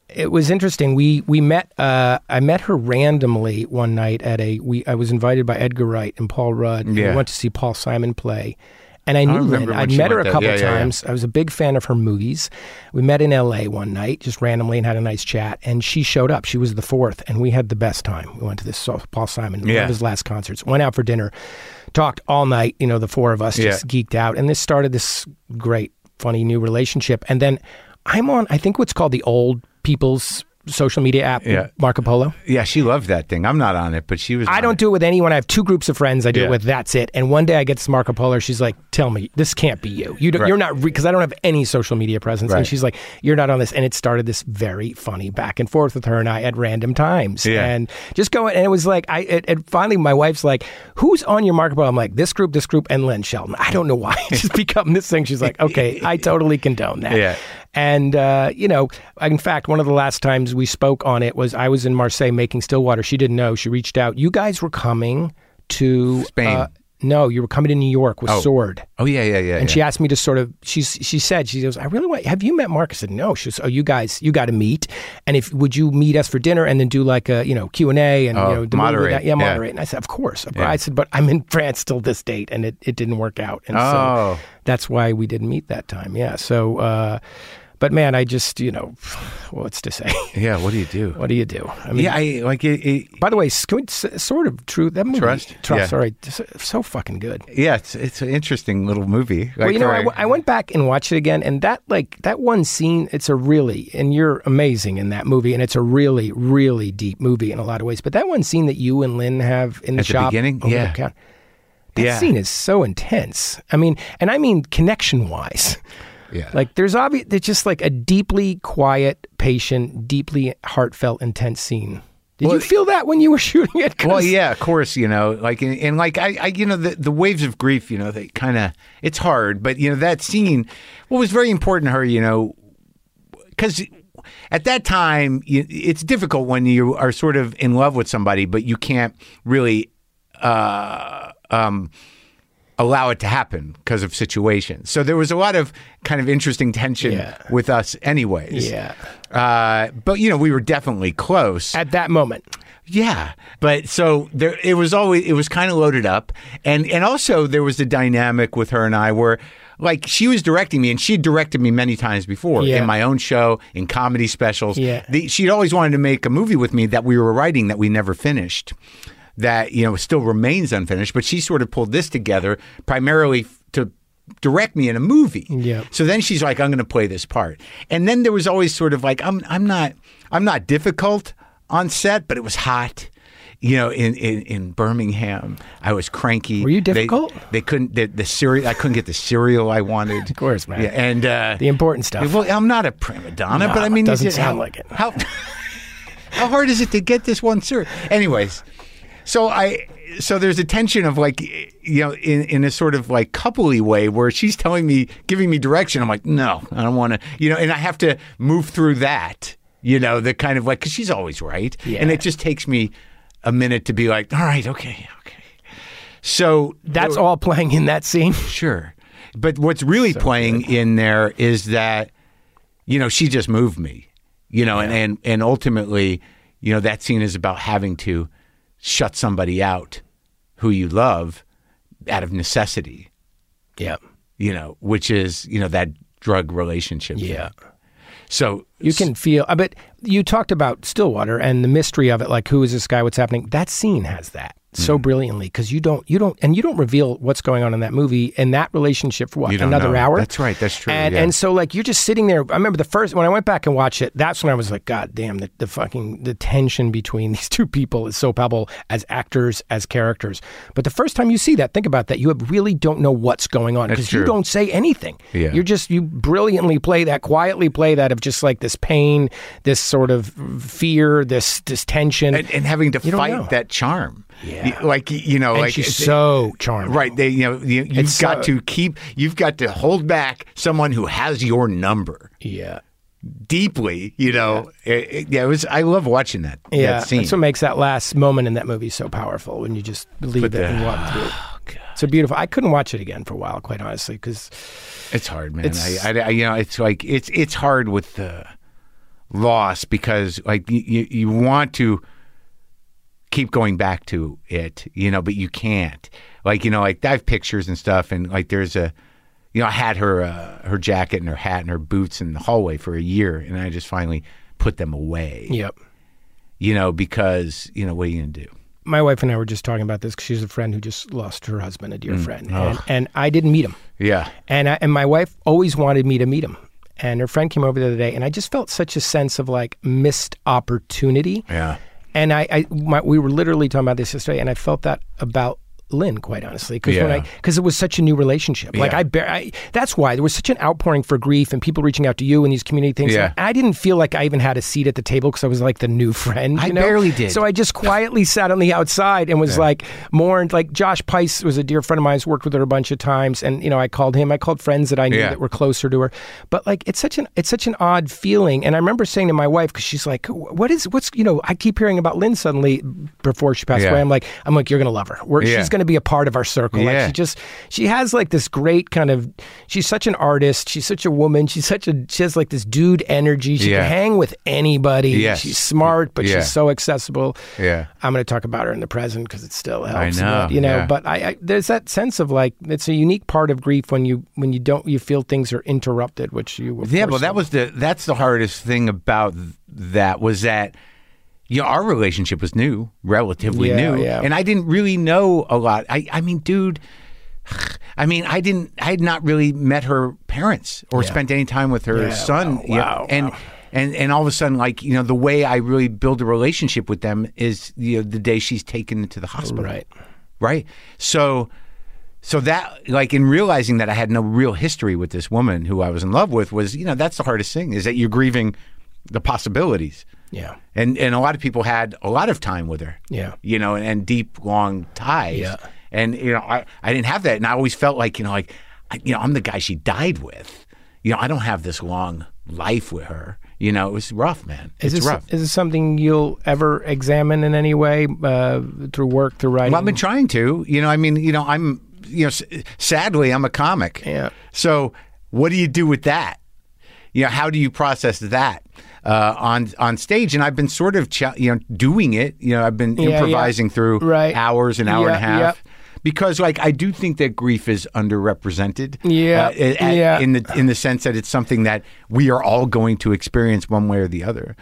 it was interesting. We we met. Uh, I met her randomly one night at a. We I was invited by Edgar Wright and Paul Rudd. And
Yeah.
we went to see Paul Simon play, and I knew
remember
Lynn.
when
I'd
she
met her
went
a
there.
couple
Yeah, yeah, yeah.
times. I was a big fan of her movies. We met in L.A. one night, just randomly, and had a nice chat. And she showed up. She was the fourth, and we had the best time. We went to this so- Paul Simon, one
Yeah.
of his last concerts. Went out for dinner, talked all night. You know, the four of us
Yeah.
just geeked out, and this started this great, funny new relationship. And then I'm on, I think what's called the old people's social media app,
Yeah.
Marco Polo.
Yeah, she loved that thing. I'm not on it, but she was.
I
on
don't
it.
do it with anyone. I have two groups of friends I do
Yeah.
it with. That's it. And one day I get this Marco Polo. She's like, "Tell me, this can't be you. you don't, You're not because I don't have any social media presence."
Right.
And she's like, "You're not on this." And it started this very funny back and forth with her and I at random times.
Yeah.
And just going, and it was like, I it, and finally my wife's like, "Who's on your Marco Polo?" I'm like, "This group, this group, and Lynn Shelton." I don't know why it's just become this thing. She's like, "Okay, I totally condone that."
Yeah.
And, uh, you know, in fact, one of the last times we spoke on it was I was in Marseille making Stillwater. She didn't know. She reached out. You guys were coming to uh,
Spain.
no, you were coming to New York with Sword.
Oh yeah, yeah, yeah.
And
yeah.
she asked me to sort of. She's. She said. She goes. I really want. Have you met Mark? I said no. She goes. Oh, you guys. You got to meet. And if would you meet us for dinner and then do like a you know Q and A and
Oh,
you know the movie
moderate,
night- Yeah,
yeah.
moderate. And I said of course. Of course. I said but I'm in France till this date and it, it didn't work out. And
Oh.
so that's why we didn't meet that time. Yeah. So, uh, but man, I just you know, what's to say?
yeah. What do you do?
what do you do? I mean,
Yeah, I like it, it,
by the way, s- can we s- sort of true that movie?
Trust?
Trust.
Yeah.
Sorry, just, uh, so fucking good.
Yeah, it's it's an interesting little movie.
Well, you know, I,
I
w- I went back and watched it again, and that like that one scene, it's a really and you're amazing in that movie, and it's a really really deep movie in a lot of ways. But that one scene that you and Lynn have in the
At the
shop
beginning?
over the
Yeah.
counter, that
Yeah.
scene is so intense. I mean, and I mean connection wise.
yeah.
Like there's obvious, there's just like a deeply quiet, patient, deeply heartfelt, intense scene. Did you feel that when you were shooting it? 'Cause-
Well, yeah, of course, you know, like and, and like I, I, you know, the, the waves of grief, you know, they kind of it's hard, but you know that scene. What was very important to her, you know, because at that time you, it's difficult when you are sort of in love with somebody, but you can't really uh, um, allow it to happen because of situations. So there was a lot of kind of interesting tension
Yeah.
with us, anyways.
Yeah.
Uh, but you know, we were definitely close.
At that moment.
Yeah, but so there, it was always it was kind of loaded up, and and also there was the dynamic with her and I where, like, she was directing me, and she directed me many times before
Yeah.
in my own show, in comedy specials.
Yeah.
the, she'd always wanted to make a movie with me that we were writing that we never finished, that you know still remains unfinished. But she sort of pulled this together primarily f- to direct me in a movie.
Yeah.
So then she's like, I'm going to play this part. And then there was always sort of like, I'm I'm not I'm not difficult on set, but it was hot. You know, in, in, in Birmingham, I was cranky.
Were you
They-
difficult?
They, couldn't the, the cereal. I couldn't get the cereal I wanted. Of
course, man.
Yeah, and uh,
The important stuff.
Well, I'm not a prima donna,
No,
but I
it
mean,
doesn't
is
sound
how-
like it.
How how hard is it to get this one cereal? Anyways, So I so there's a tension of like you know in in a sort of like coupley way where she's telling me giving me direction. I'm like, no, I don't want to. You know, and I have to move through that. You know, the kind of like because she's always right, and it just takes me a minute to be like, all right, okay, okay. So
That's all playing in that scene.
Sure. But what's really playing in there is that, you know, she just moved me, you know, and, and, and ultimately, you know, that scene is about having to shut somebody out who you love out of necessity,
Yeah.
you know, which is, you know, that drug relationship. thing.
Yeah.
So,
You can feel, I bet you talked about Stillwater and the mystery of it. Like, who is this guy? What's happening? That scene has that
Mm-hmm.
so brilliantly because you don't, you don't, and you don't reveal what's going on in that movie and that relationship for what
don't
another
know.
hour.
That's right. That's true,
And
yeah.
and so like you're just sitting there. I remember the first when I went back and watched it. That's when I was like, God damn, the, the fucking the tension between these two people is so palpable as actors as characters. But the first time you see that, think about that. You have- really don't know what's going on because you
true.
don't say anything.
Yeah.
You're just you brilliantly play that, quietly play that of just like this pain, this sort of fear, this this tension.
and, and having to
You don't
fight
know.
that charm.
Yeah.
Like, you know,
And
like
she's
it's-
so charming.
Right. They, you know, you, you've
It's
got
so-
to keep, you've got to hold back someone who has your number
Yeah.
deeply. You know, yeah. It, it- yeah, it was. I love watching that.
Yeah,
that scene.
that's what makes that last moment in that movie so powerful when you just believe it
the- Oh,
and walk through. it. It's a beautiful. I couldn't watch it again for a while, quite honestly, because
it's hard, man.
It's-
I, I, I, you know, it's like it's it's hard with the loss because like you, you, you want to keep going back to it, you know, but you can't. Like you know, like I have pictures and stuff, and like there's a, you know, I had her uh, her jacket and her hat and her boots in the hallway for a year, and I just finally put them away.
yep.
You know, because you know what are you gonna do?
My wife and I were just talking about this because she's a friend who just lost her husband, a
Mm.
dear friend,
Oh.
and, and I didn't meet him.
Yeah.
And I, and my wife always wanted me to meet him. And her friend came over the other day, and I just felt such a sense of like missed opportunity.
Yeah.
And I, I my, we were literally talking about this yesterday, and I felt that about Lynn, quite honestly, because when
Yeah.
I because it was such a new relationship. Like
Yeah.
I, bar- I, that's why there was such an outpouring for grief and people reaching out to you and these community things.
Yeah.
And I didn't feel like I even had a seat at the table because I was like the new friend.
I
you know?
barely did.
So I just quietly sat on the outside and was like mourned. Like Josh Pice was a dear friend of mine. I've worked with her a bunch of times, and you know I called him. I called friends that I knew
Yeah.
that were closer to her. But like it's such an it's such an odd feeling. And I remember saying to my wife because she's like, "What is what's you know?" I keep hearing about Lynn suddenly before she passed
Yeah.
away. I'm like, I'm like, you're gonna love her. We're,
Yeah.
She's gonna be a part of our circle.
Yeah.
Like she just she has like this great kind of. She's such an artist. She's such a woman. She's such a she has like this dude energy. She
Yeah.
can hang with anybody.
Yes.
She's smart, but
Yeah.
she's so accessible.
Yeah.
I'm going to talk about her in the present because it still helps.
know,
and it- you know,
yeah.
but I, I there's that sense of like it's a unique part of grief when you when you don't you feel things are interrupted, which you of
Yeah,
course,
well, that was the that's the hardest thing about th- that was that you know, our relationship was new, relatively
Yeah,
new,
yeah.
and I didn't really know a lot. I I mean, dude, I mean, I didn't I had not really met her parents or spent any time with her
Yeah,
son.
wow,
you know,
wow,
and. And, and all of a sudden, like you know, the way I really build a relationship with them is you know the day she's taken into the hospital
right.
right so so that like in realizing that i had no real history with this woman who i was in love with was you know that's the hardest thing is that you're grieving the possibilities
Yeah,
and and a lot of people had a lot of time with her
Yeah.
you know and, deep long ties
Yeah.
and you know I, I didn't have that and i always felt like you know like I, you know i'm the guy she died with you know i don't have this long life with her you know it was rough man
is
it's
this
rough
is this something you'll ever examine in any way uh, through work through writing?
Well, I've been trying to. You know, I mean, you know, I'm, you know, s- sadly, I'm a comic.
Yeah.
So, what do you do with that? You know, how do you process that uh, on on stage? And I've been sort of, ch- you know, doing it. You know, I've been
yeah.
improvising through
Right.
hours, an hour and a
Yeah,
half.
yeah.
Because, like, I do think that grief is underrepresented.
Yeah,
uh, a- a-
yeah.
In the in the sense that it's something that we are all going to experience one way or the other.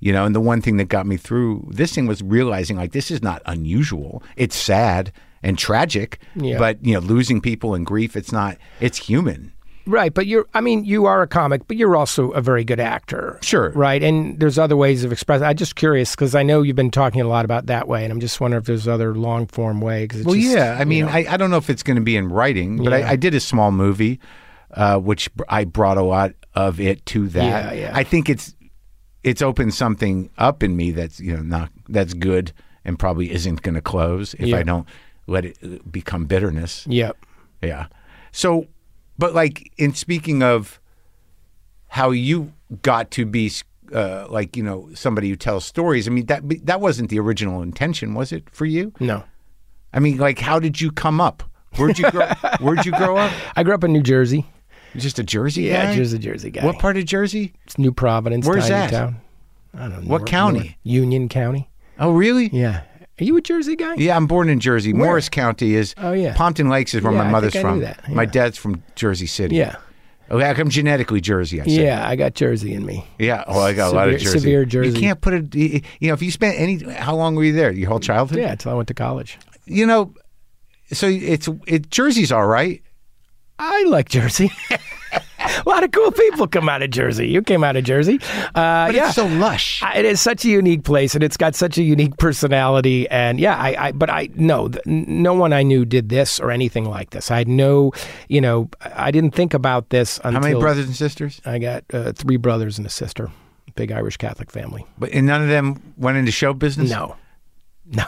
You know, and the one thing that got me through this thing was realizing like this is not unusual. It's sad and tragic,
Yeah.
but you know, losing people and grief, it's not. It's human.
Right, but you're I mean, you are a comic, but you're also a very good actor.
Sure.
Right, and there's other ways of expressing. I'm just curious because I know you've been talking a lot about that way, and I'm just wondering if there's other long form way. Cause it's
Well,
just-
yeah. I mean, I, I don't know if it's going to be in writing, but I, I did a small movie, uh, which br- I brought a lot of it to that.
Yeah, yeah.
I think it's it's opened something up in me that's you know not that's good and probably isn't going to close if
Yeah.
I don't let it uh, become bitterness.
Yep.
Yeah. So, but like in speaking of how you got to be uh, like you know somebody who tells stories, I mean that that wasn't the original intention, was it for you?
No.
I mean, like how did you come up? Where'd you grow? where'd you grow up?
I grew up in New Jersey.
Just a Jersey
Yeah,
guy?
just a Jersey guy.
What part of Jersey?
It's New Providence.
Where's
tiny
that?
Town. I don't know.
What county?
Union County.
Oh, really?
Yeah. Are you a Jersey guy?
Yeah, I'm born in Jersey. Morris County is.
Oh, yeah.
Pompton Lakes is where
Yeah, I
my
think
mother's
I knew
from.
that,
My
yeah.
dad's from Jersey City.
Yeah.
Okay, I'm genetically Jersey. I said.
Yeah, I got Jersey in me.
Yeah. Oh, I got a lot of
Severe-
Jersey.
severe Jersey.
You can't put it. You know, if you spent any, how long were you there? Your whole childhood.
Yeah, until I went to college.
You know, so it's it. Jersey's all right.
I like Jersey. a lot of cool people come out of Jersey. You came out of Jersey. Uh,
But
yeah.
it's so lush.
I- It is such a unique place, and it's got such a unique personality. And yeah, I, I but I no, th- n- no one I knew did this or anything like this. I had no, you know, I I didn't think about this until
how many brothers and sisters?
I got uh, three brothers and a sister, big Irish Catholic family.
But and none of them went into show business.
No, no.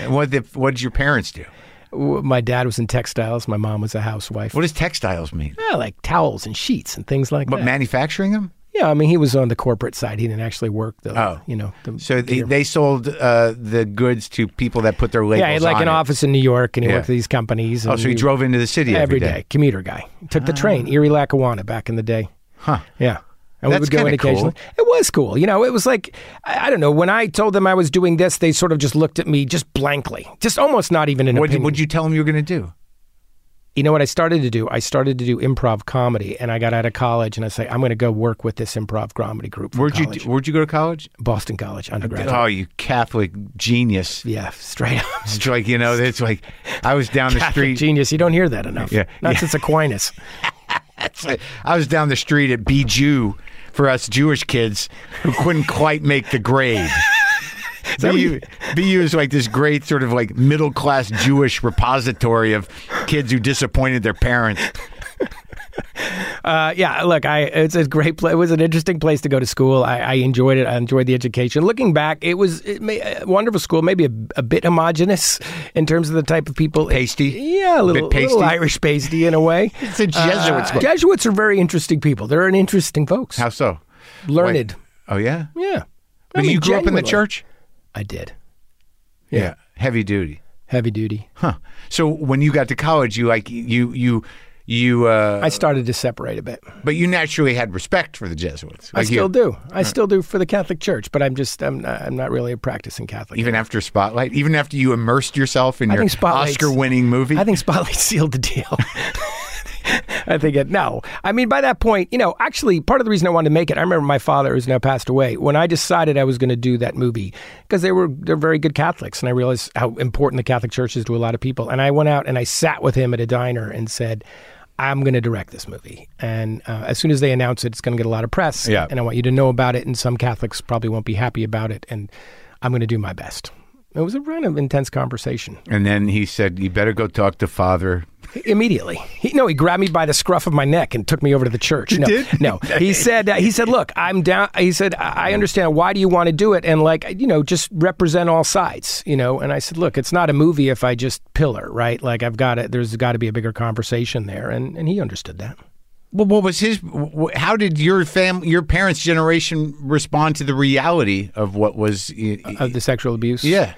And what did what did your parents do?
W- My dad was in textiles. My mom was a housewife.
What does textiles mean?
Yeah, like towels and sheets and things like
What
that.
manufacturing them?
yeah, I mean, he was on the corporate side. He didn't actually work the,
Oh.
you know, the,
So they, they sold uh, the goods to people that put their labels
yeah, he had like
on
an
it.
office in New York, and he
Yeah.
worked at these companies. And
Oh, so he drove into the city
every day. Commuter guy. Took the train, Erie Lackawanna back in the day.
Huh.
Yeah. And
Ah.
we
That's
would go
kinda
in occasionally. It was cool. You know, it was like, I, I don't know, when I told them I was doing this, they sort of just looked at me just blankly, just almost not even an
What
opinion.
would you tell them you were going to do?
you know what I started to do? I started to do improv comedy, and I got out of college, and I say, I'm going to go work with this improv comedy group. From
Where'd
college."
you do- Where'd you go to college?
Boston College undergraduate.
Oh, you Catholic genius!
yeah, straight up.
It's like you know, it's like I was down the
Catholic
street.
genius. You don't hear that enough.
Yeah,
Not
yeah.
since Aquinas.
It's like, I was down the street at B Jew for us Jewish kids who couldn't quite make the grade. BU, BU is like this great sort of like middle class Jewish repository of kids who disappointed their parents.
Uh, yeah, look, I it's a great place. It was an interesting place to go to school. I, I enjoyed it. I enjoyed the education. Looking back, it was it may, a wonderful school. Maybe a, a bit homogenous in terms of the type of people.
Pasty?
yeah, a little,
bit pasty?
little Irish pasty in a way. Uh,
It's a Jesuit school.
Jesuits are very interesting people. They're an interesting folks.
How so?
Learned.
Wait. Oh yeah.
Yeah.
But
I mean,
you grew up in the
genuinely.
church.
I did.
yeah. Heavy duty.
Heavy duty.
Huh. So when you got to college, you like you you you. Uh,
I started to separate a bit.
but you naturally had respect for the Jesuits.
I
Like, you-
still do. I still do for the Catholic Church, but I'm just I'm not, I'm not really a practicing Catholic.
even after Spotlight, even after you immersed yourself in your
think Spotlight's-
Oscar-winning movie.
I think Spotlight sealed the deal. I think it, no. I mean, by that point, you know, actually, part of the reason I wanted to make it, I remember my father, who's now passed away, when I decided I was going to do that movie, because they were they're very good Catholics, and I realized how important the Catholic Church is to a lot of people. And I went out and I sat with him at a diner and said, "I'm going to direct this movie." And uh, as soon as they announce it, it's going to get a lot of press,
Yeah.
and I want you to know about it. And some Catholics probably won't be happy about it, and I'm going to do my best. It was a kind of intense conversation.
and then he said, "You better go talk to Father."
Immediately, he, no, he grabbed me by the scruff of my neck and took me over to the church. no,
did?
no, he said, uh, he said, look, I'm down. He said, I I understand. Why do you want to do it? And like, you know, just represent all sides, you know. And I said, look, it's not a movie if I just pillar, right? Like, I've got to. There's got to be a bigger conversation there, and and he understood that.
Well, what was his? wh- How did your fam, your parents' generation respond to the reality of what was? y- y-
Of the sexual abuse,
yeah,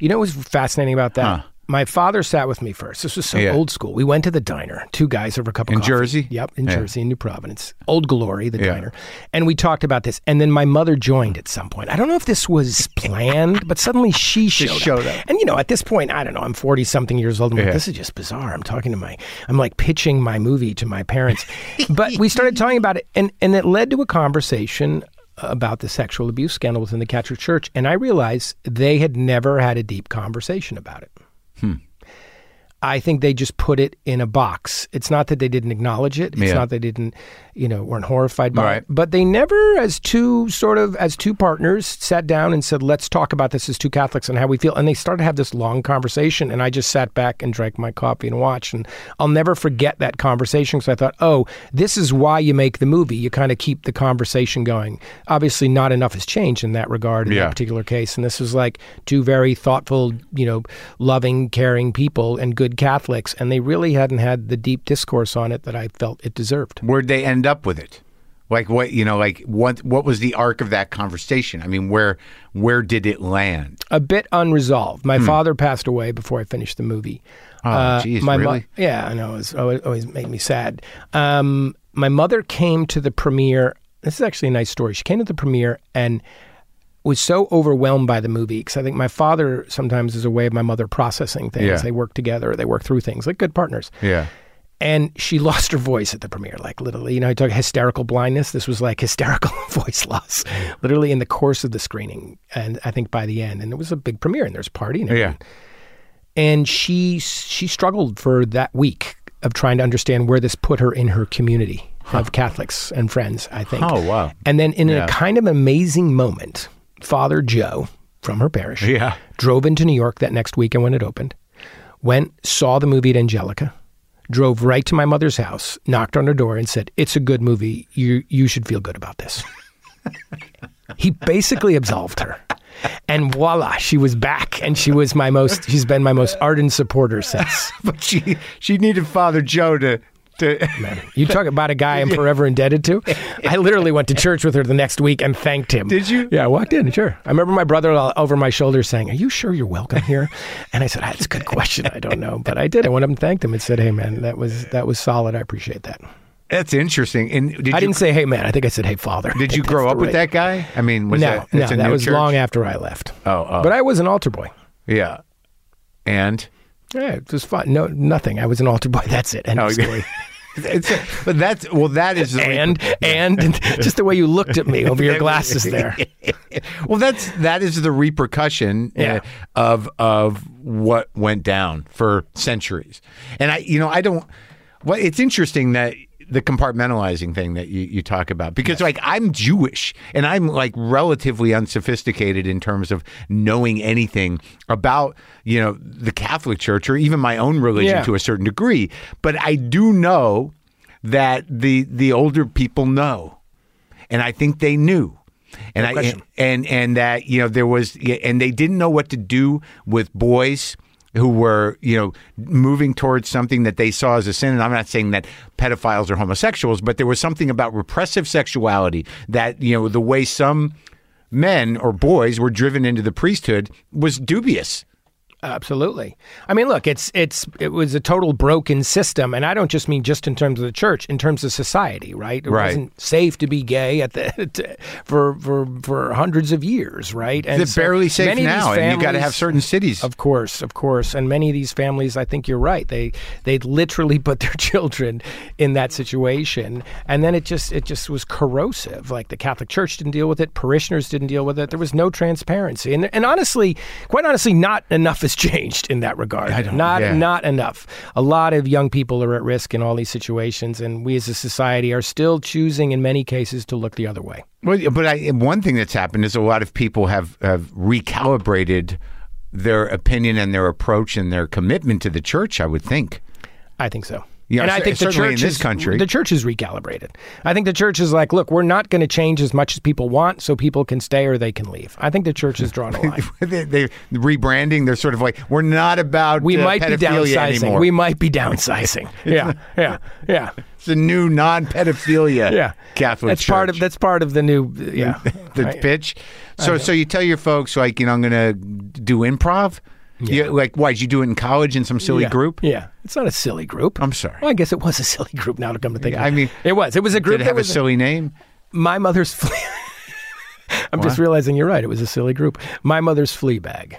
You know what was fascinating about that?
Huh.
My father sat with me first. This was so
Yeah.
old school. We went to the diner, two guys over a cup of
In
coffee.
Jersey?
Yep, in
Yeah.
Jersey, in New Providence. Old Glory, the
Yeah.
diner. And we talked about this. And then my mother joined at some point. I don't know if this was planned, but suddenly she showed,
showed up.
And, you know, at this point, I don't know, I'm 40 something years old. I'm
Yeah.
like, this is just bizarre. I'm talking to my, I'm like pitching my movie to my parents. but we started talking about it, and, and it led to a conversation about the sexual abuse scandal within the Catholic Church. And I realized they had never had a deep conversation about it. I think they just put it in a box. It's not that they didn't acknowledge it. It's
Yeah.
not they didn't, you know, weren't horrified by
Right.
it. But they never, as two sort of as two partners, sat down and said, "Let's talk about this as two Catholics and how we feel." And they started to have this long conversation. And I just sat back and drank my coffee and watched. And I'll never forget that conversation because I thought, "Oh, this is why you make the movie. You kind of keep the conversation going." Obviously, not enough has changed in that regard in
Yeah.
that particular particular case. And this was like two very thoughtful, you know, loving, caring people and good Catholics. And they really hadn't had the deep discourse on it that I felt it deserved.
Where'd they end up with it? Like what you know, like what what was the arc of that conversation? I mean, where where did it land?
A bit unresolved. My father passed away before I finished the movie.
Hmm.
Uh,
Oh, geez,
my mo-
really?
yeah, I know. It was, always, always made me sad. Um, my mother came to the premiere. This is actually a nice story. She came to the premiere and was so overwhelmed by the movie because I think my father sometimes is a way of my mother processing things.
Yeah.
They work together. They work through things like good partners.
Yeah.
and she lost her voice at the premiere like literally you know i talk hysterical blindness this was like hysterical voice loss literally in the course of the screening and i think by the end and it was a big premiere and there's a party and
Yeah.
everything. and she she struggled for that week of trying to understand where this put her in her community of catholics and friends i think
Oh, wow.
and then in
Yeah.
a kind of amazing moment father joe from her parish
Yeah.
drove into New York that next weekend when it opened, went, saw the movie at Angelica, drove right to my mother's house, knocked on her door, and said, It's a good movie. You, you should feel good about this. he basically absolved her. And voila, she was back, and she was my most. She's been my most ardent supporter since.
But she she needed Father Joe to to
You talk about a guy I'm forever indebted to. I literally went to church with her the next week and thanked him.
Did you?
Yeah, I walked in. Sure. I remember my brother over my shoulder saying, "Are you sure you're welcome here?" And I said, "That's a good question. I don't know, but I did. I went up and thanked him and said, "Hey, man, that was that was solid. I appreciate that."
That's interesting. And did
I
you
didn't say, "Hey, man." I think I said, "Hey, father." I
did
think
you
that's
grow
the
up with
right-
that guy? I mean, was
no,
that that's
no,
a
that
new
was
church?
long after I left.
Oh, oh.
But I was an altar boy.
Yeah. And
Yeah, it was fun. No, nothing. I was an altar boy. That's it. End
Oh,
of
okay.
story.
it's but that's well that is the-
And and just the way you looked at me over your glasses there.
well that's that is the repercussion uh,
Yeah.
of of what went down for centuries and i you know i don't well it's interesting that the compartmentalizing thing that you, you talk about because like i'm jewish and i'm like relatively unsophisticated in terms of knowing anything about you know the catholic church or even my own religion
Yeah.
to a certain degree but i do know that the the older people know and I think they knew. And I
question.
and and that you know there was and they didn't know what to do with boys who were you know moving towards something that they saw as a sin and I'm not saying that pedophiles are homosexuals but there was something about repressive sexuality that you know the way some men or boys were driven into the priesthood was dubious
Absolutely. I mean, look, it's it's it was a total broken system, and I don't just mean just in terms of the church, in terms of society, right? It
Right.
wasn't safe to be gay at the to, for for for hundreds of years, right? And
it's
so
barely safe
many of these
now and you got to
families-
have certain cities
Of course, of course, and many of these families, I think you're right. They they literally put their children in that situation, and then it just it just was corrosive. Like the Catholic Church didn't deal with it, parishioners didn't deal with it. There was no transparency, and and honestly, quite honestly, not enough has changed in that regard. not
yeah.
not enough. A lot of young people are at risk in all these situations, and we as a society are still choosing, in many cases, to look the other way.
Well, yeah, but I, and one thing that's happened is a lot of people have, have recalibrated their opinion and their approach and their commitment to the church. I would think.
I think so.
Yeah,
and I
cer-
think the
certainly in
church
this
is,
country.
The church is recalibrated. I think the church is like, look, we're not going to change as much as people want, so people can stay or they can leave. I think the church has drawn a line.
they, they rebranding. They're sort of like we're not about
We
uh,
might be downsizing.
pedophilia anymore.
We might be downsizing. yeah, yeah, yeah,
it's a new non-pedophilia
yeah.
Catholic
That's
church.
part of that's part of the new. Yeah,
the
I-
pitch. So so you tell your folks like you know I'm gonna do improv. Yeah. like why did you do it in college in some silly
yeah,
group?
Yeah, it's not a silly group.
I'm sorry.
Well, I guess it was a silly group. Now to come to think,
I
of it.
mean,
it was. It was a group
Did it
that
have a
was
silly name?
my mother's. Flea- I'm just realizing you're right. It was a silly group. My mother's flea bag.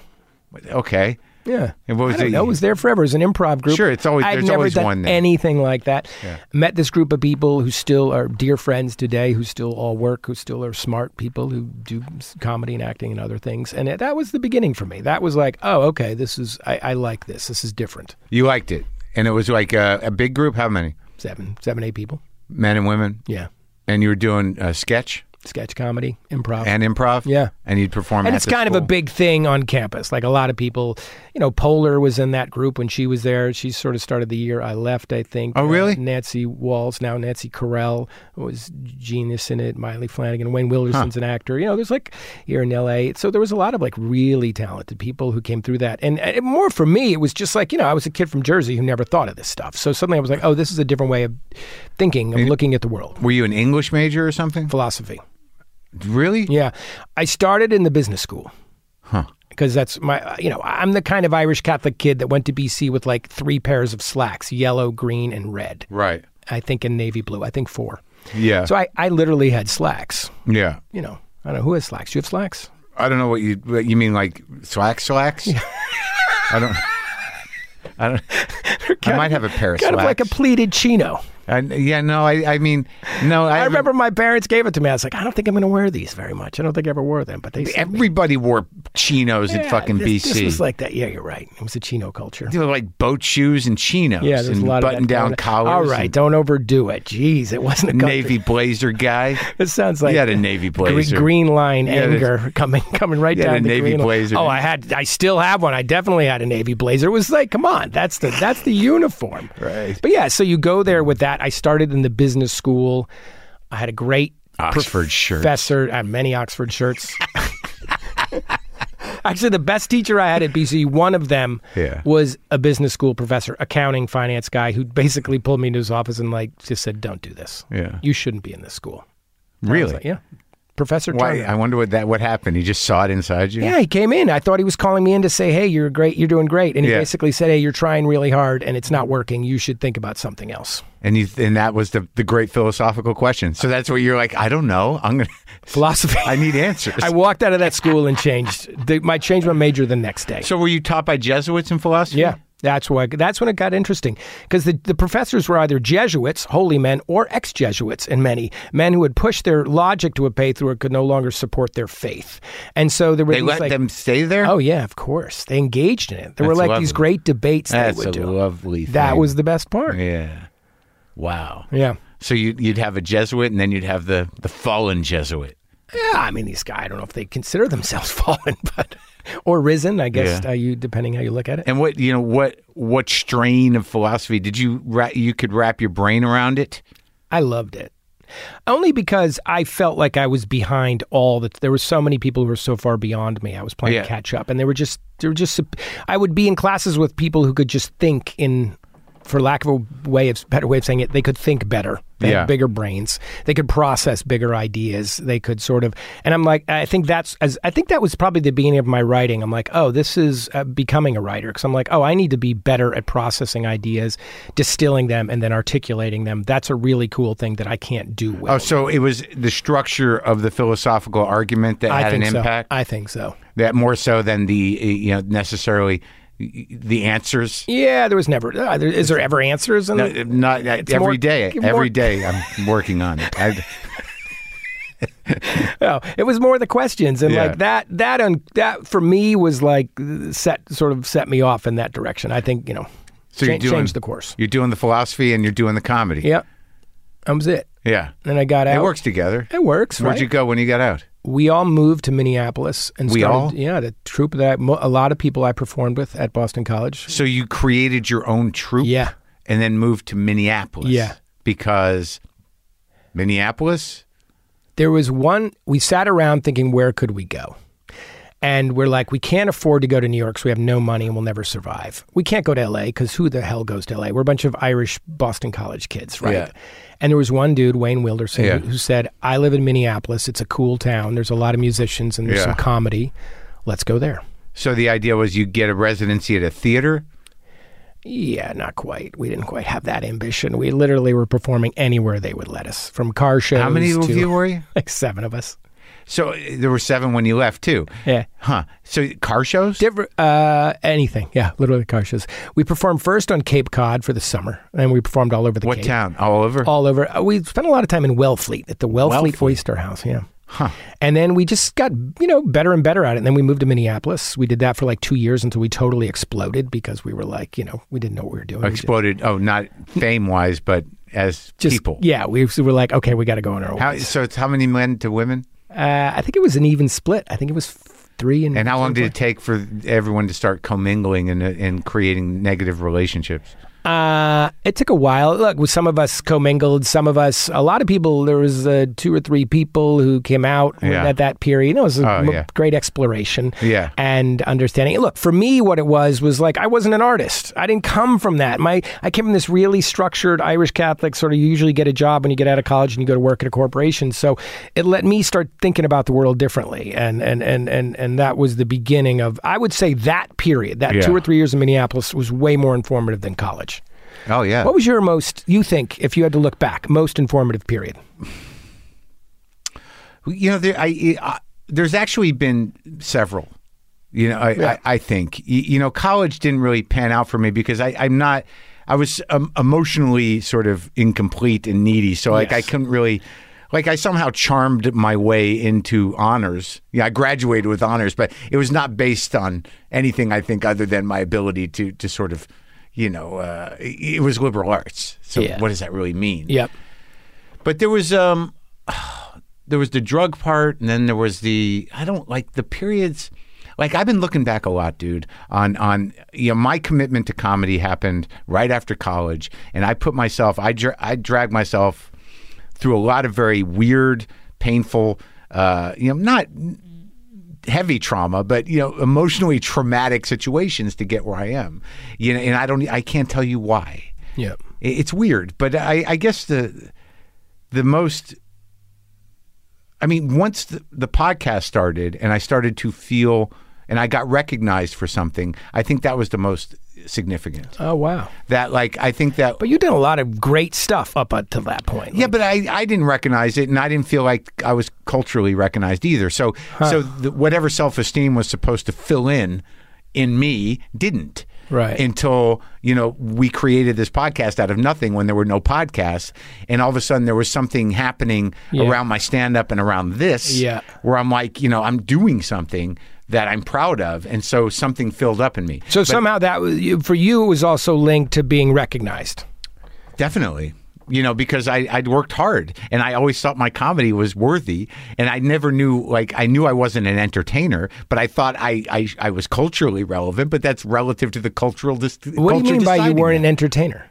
Okay.
Yeah.
And what was
I don't
it?
know. It was there forever. It was an improv group.
Sure, it's always-
I've
there's
never
always
done
one there.
anything like that.
Yeah.
Met this group of people who still are dear friends today, who still all work, who still are smart people who do s- comedy and acting and other things. And it, that was the beginning for me. That was like, oh, okay, this is I, I like this. This is different.
You liked it, and it was like uh, a, a big group. How many
Seven, seven, eight people.
men and women?
Yeah.
And you were doing uh, sketch
Sketch comedy, improv.
and improv.
Yeah.
and you'd perform.
and
at
it's
the
kind of a
school.
big thing on campus. Like a lot of people, you know, Polar was in that group when she was there. She sort of started the year I left, I think.
Oh, really?
Uh, Nancy Walls, now Nancy Carell, was genius in it. Miley Flanagan, Wayne Wilderson's an actor. You know, there's like here in L.A. So there was a lot of like really talented people who came through that. And, and more for me, it was just like you know, I was a kid from Jersey who never thought of this stuff. So suddenly I was like, oh, this is a different way of thinking, of looking at the world.
Were you an English major or something?
Philosophy.
Really?
Yeah. I started in the business school.
Huh.
Because that's my, you know, I'm the kind of Irish Catholic kid that went to BC with like three pairs of slacks yellow, green, and red.
Right.
I think in navy blue. I think four.
Yeah.
So I, I literally had slacks.
yeah.
You know, I don't know who has slacks. You have slacks?
I don't know what you what you mean like slack slacks. I don't. I don't. I might have a pair of
Kind
slacks.
of like a pleated chino.
I- yeah, no, I, I mean, no, I,
I
haven't-
remember my parents gave it to me. I was like, I don't think I'm going to wear these very much. I don't think I ever wore them, but they. sent me.
Everybody wore chinos at
Yeah,
fucking
this-
BC.
This was like that. Yeah, you're right. It was a chino culture.
they were like boat shoes and chinos
Yeah, there's
and
a lot of that
button-down
going on.
collars.
All right,
and
don't overdo it. Jeez, it wasn't a country.
navy blazer guy.
It sounds like
You had a navy
gre-
blazer.
green line
that's-
anger coming coming right
You had
down
a
the
navy
green line.
blazer.
Oh, I had I still have one. I definitely had a navy blazer. It was like, come on, that's the that's the uniform.
Right.
But yeah, so you go there with that. I started in the business school. I had a great
Oxford shirt.
professor. I had many Oxford shirts. Actually, the best teacher I had at BC, one of them
Yeah.
was a business school professor, accounting, finance guy, who basically pulled me into his office and like just said, "Don't do this.
Yeah.
you shouldn't be in this school." I was
Really?
like, yeah. Professor
Why?
Turner.
I wonder what that what happened. He just saw it inside you.
yeah, he came in. I thought he was calling me in to say, "Hey, you're great. You're doing great." And he
Yeah.
basically said, "Hey, you're trying really hard, and it's not working. You should think about something else."
And you, and that was the the great philosophical question. So that's what you're like. I don't know. I'm gonna.
Philosophy.
I need answers.
I walked out of that school and changed. The, my changed my major the next day.
so were you taught by Jesuits in philosophy?
Yeah. That's why. That's when it got interesting, because the, the professors were either Jesuits, holy men, or ex-Jesuits, and many men who had pushed their logic to a pay through it could no longer support their faith, and so there were
They
these,
let
like,
them stay there.
Oh yeah, of course. They engaged in it. There were
That's
like
lovely.
these great debates
that's
they
a
would do.
lovely. Thing.
That was the best part. Yeah.
Yeah. Wow. So you, you'd have a Jesuit, and then you'd have the the fallen Jesuit.
Yeah, I mean these guys, I don't know if they consider themselves fallen, but or risen, I guess
Yeah.
uh, you depending how you look at it.
And what you know, what what strain of philosophy did you ra- you could wrap your brain around it?
I loved it. Only because I felt like I was behind all that. There were so many people who were so far beyond me. I was playing
Yeah.
catch up, and they were just they were just. sup- I would be in classes with people who could just think in, for lack of a way of better way of saying it, they could think better. They
Yeah.
had bigger brains. They could process bigger ideas. They could sort of. And I'm like, I think that's as I think that was probably the beginning of my writing. I'm like, oh, this is uh, becoming a writer because I'm like, oh, I need to be better at processing ideas, distilling them, and then articulating them. That's a really cool thing that I can't do well.
Oh, so it was the structure of the philosophical argument that
I
had an
think so.
impact.
I think so.
that more so than the uh, you know necessarily the answers.
Yeah, there was never. Uh, there, is there ever answers? In the,
Not
It's more-
every day.
more-
Every day I'm working on it. I,
no, oh, it was more the questions and
Yeah.
like that. That un, that for me was like uh, set sort of set me off in that direction. I think you know.
so you're
cha-
doing
change the course.
You're doing the philosophy and you're doing the comedy.
Yeah, that was it.
yeah.
Then I got out.
It works together.
It works.
Where'd
right?
you go when you got out?
we all moved to Minneapolis and
We
started,
all?
yeah the troupe that mo- a lot of people I performed with at Boston College.
So you created your own troupe,
Yeah.
and then moved to Minneapolis,
Yeah.
because Minneapolis.
There was one we sat around thinking where could we go. And we're like, we can't afford to go to New York, so we have no money and we'll never survive. We can't go to LA because who the hell goes to LA? We're a bunch of Irish Boston College kids, right?
Yeah.
And there was one dude, Wayne Wilderson,
Yeah.
who, who said, I live in Minneapolis. It's a cool town. There's a lot of musicians and there's
Yeah.
some comedy. Let's go there.
So the idea was you get a residency at a theater.
Yeah, not quite. We didn't quite have that ambition. We literally were performing anywhere they would let us, from car shows.
How many
to,
of you were you?
Like seven of us.
So uh, there were seven when you left too.
Yeah.
Huh. So car shows?
Diver- uh, anything. Yeah, literally car shows. We performed first on Cape Cod for the summer, and we performed all over the
what
Cape.
town? All over.
All over. Uh, We spent a lot of time in Wellfleet at the Wellfleet, Oyster House. Yeah.
Huh.
And then we just got, you know, better and better at it. And then we moved to Minneapolis. We did that for like two years until we totally exploded because we were like, you know, we didn't know what we were doing. We just-
Exploded. Oh, not fame wise, but as
just,
people.
Yeah, we were like, okay, we got to go on our own.
How, so it's how many men to women?
Uh, I think it was an even split. I think it was f- three and.
And how long
three
did it take for everyone to start commingling and, uh, and creating negative relationships?
Uh, it took a while. Look, with some of us commingled, some of us, a lot of people. There was uh, two or three people who came out
Yeah.
at that period. It was a
Oh,
m-
yeah.
great exploration.
Yeah.
and understanding. Look, for me, what it was was like I wasn't an artist. I didn't come from that. My I came from this really structured Irish Catholic sort of. You usually get a job when you get out of college and you go to work at a corporation. So it let me start thinking about the world differently, and and and and and that was the beginning of I would say that period. That
Yeah.
two or three years in Minneapolis was way more informative than college.
Oh yeah.
What was your most, you think, if you had to look back, most informative period?
You know, there, I, I, there's actually been several. You know, I,
Yeah.
I, I think Y- you, know, college didn't really pan out for me because I, I'm not. I was um, emotionally sort of incomplete and needy, so like I
Yes.
couldn't really. Like I somehow charmed my way into honors. Yeah, I graduated with honors, but it was not based on anything I think other than my ability to to sort of, you know, uh, it it was liberal arts. So
Yeah.
what does that really mean?
Yep.
But there was um there was the drug part and then there was the I don't like the periods like I've been looking back a lot, dude, on on you know my commitment to comedy happened right after college and I put myself I dra- I dragged myself through a lot of very weird, painful uh you know not heavy trauma, but you know, emotionally traumatic situations to get where I am. You know, and I don't, I can't tell you why.
Yep.
I- It's weird, but I, I guess the the most. I mean, once the, the podcast started and I started to feel and I got recognized for something, I think that was the most significant.
Oh, wow.
That like I think that
But you did a lot of great stuff up until that point.
yeah, but I, I didn't recognize it, and I didn't feel like I was culturally recognized either. So so the, whatever self esteem was supposed to fill in in me didn't.
Right.
Until you know we created this podcast out of nothing when there were no podcasts, and all of a sudden there was something happening
Yeah.
around my stand up and around this.
Yeah.
Where I'm like, you know, I'm doing something that I'm proud of, and so something filled up in me.
So somehow that was, you- for you, it was also linked to being recognized.
Definitely. You know, because I, I'd worked hard and I always thought my comedy was worthy. And I never knew, like, I knew I wasn't an entertainer, but I thought I, I, I was culturally relevant, but that's relative to the cultural. Dis-
What do you mean by you weren't an entertainer?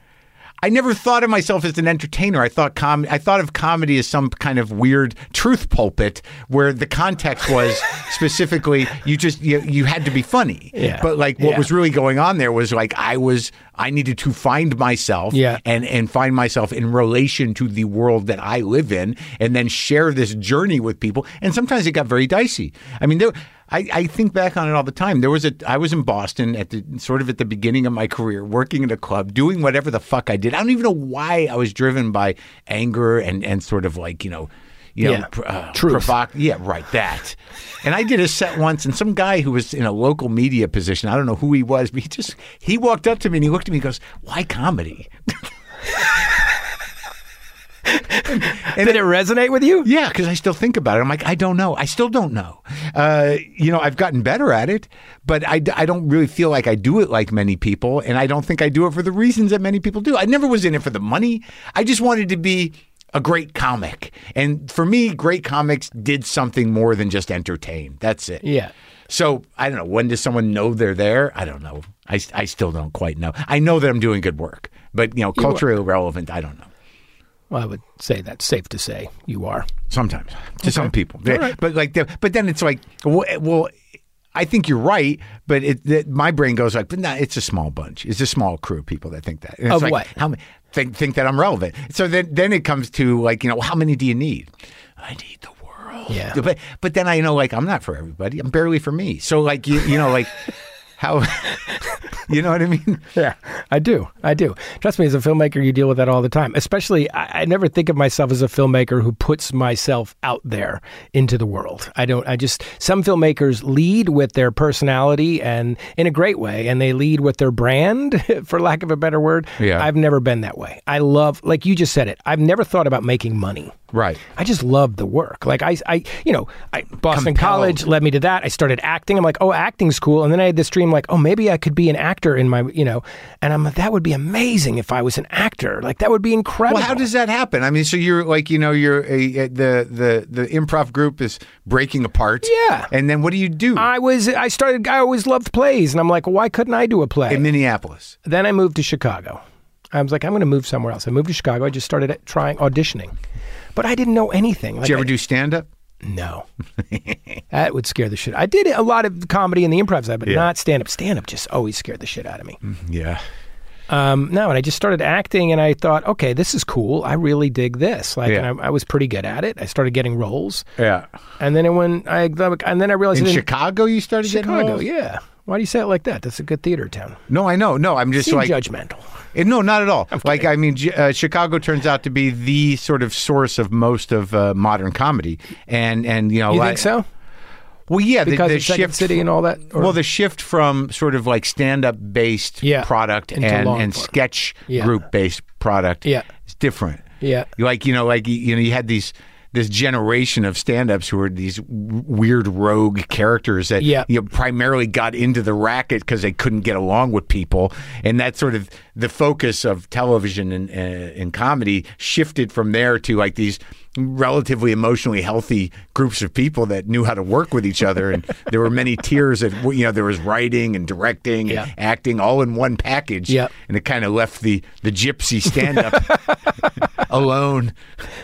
I never thought of myself as an entertainer. I thought com- I thought of comedy as some kind of weird truth pulpit where the context was specifically you just you, you had to be funny.
Yeah.
But like what
Yeah.
was really going on there was like I was I needed to find myself
Yeah.
and and find myself in relation to the world that I live in and then share this journey with people. And sometimes it got very dicey. I mean there I, I think back on it all the time. There was a I was in Boston at the sort of at the beginning of my career, working in a club, doing whatever the fuck I did. I don't even know why I was driven by anger and and sort of like you know, you know,
Yeah.
pr- uh,
Truth.
provoc- yeah, right. That. and I did a set once, and some guy who was in a local media position. I don't know who he was, but he just he walked up to me and he looked at me and goes, "Why comedy?"
did it resonate with you?
Yeah, because I still think about it. I'm like, I don't know. I still don't know. Uh, you know, I've gotten better at it, but I, d- I don't really feel like I do it like many people. And I don't think I do it for the reasons that many people do. I never was in it for the money. I just wanted to be a great comic. And for me, great comics did something more than just entertain. That's it.
Yeah.
So I don't know. When does someone know they're there? I don't know. I, s- I still don't quite know. I know that I'm doing good work, but, you know, culturally relevant, I don't know.
Well, I would say that's safe to say you are.
Sometimes to some people, They- but like, the, but then it's like, well, well, I think you're right, but it, that my brain goes like, but nah, it's a small bunch, it's a small crew of people that think that. And it's
Of
like,
what?
How many think think that I'm relevant? So then then it comes to like, you know, how many do you need? I need the world.
Yeah.
But but then I know like I'm not for everybody. I'm barely for me. So like you you know like how You know what I mean?
Yeah, I do. I do. Trust me, as a filmmaker, you deal with that all the time. Especially, I, I never think of myself as a filmmaker who puts myself out there into the world. I don't, I just, some filmmakers lead with their personality and in a great way, and they lead with their brand, for lack of a better word.
Yeah.
I've never been that way. I love, like you just said it, I've never thought about making money.
Right.
I just loved the work. Like I, I you know, I, Boston
Compelled.
College led me to that. I started acting. I'm like, oh, acting's cool. And then I had this dream, like, oh, maybe I could be an actor in my, you know, and I'm like, that would be amazing if I was an actor. Like that would be incredible.
Well, how does that happen? I mean, so you're like, you know, you're a, a, the the the improv group is breaking apart.
Yeah.
And then what do you do
I was, I started, I always loved plays, and I'm like, why couldn't I do a play?
in Minneapolis?
then I moved to Chicago. I was like, I'm going to move somewhere else. I moved to Chicago. I just started trying auditioning, but I didn't know anything. Like,
Did you ever
I-
do stand up?
No, that would scare the shit. I did a lot of comedy in the improv side, but not stand up. Stand up just always scared the shit out of me.
Yeah.
Um, no, and I just started acting, and I thought, okay, this is cool. I really dig this. Like,
Yeah.
and I, I was pretty good at it. I started getting roles,
Yeah.
and then when I and then I realized
In
I didn't-
Chicago, you started getting
Chicago,
roles?
yeah. Why do you say it like that? That's a good theater town.
No, I know. No, I'm just
Seem
like
judgmental.
Eh, no, not at all. like I mean, J- uh, Chicago turns out to be the sort of source of most of uh, modern comedy, and and you know,
You
like,
think so?
Well, yeah, the,
Because
the
of Second
shift
City and all that. Or-
Well, the shift from sort of like stand up based
Yeah.
product
Into
and,
law
and
enforcement.
sketch
Yeah.
group based product
Yeah.
is different.
Yeah.
You Like, you know, like, you- you know, you had these. This generation of stand-ups who were these w- weird rogue characters that
Yeah.
you know, primarily got into the racket because they couldn't get along with people, and that's sort of the focus of television and, uh, and comedy shifted from there to like these relatively emotionally healthy groups of people that knew how to work with each other, and there were many tiers of you know there was writing and directing
Yeah.
and acting all in one package,
Yeah.
and it kind of left the the gypsy stand up alone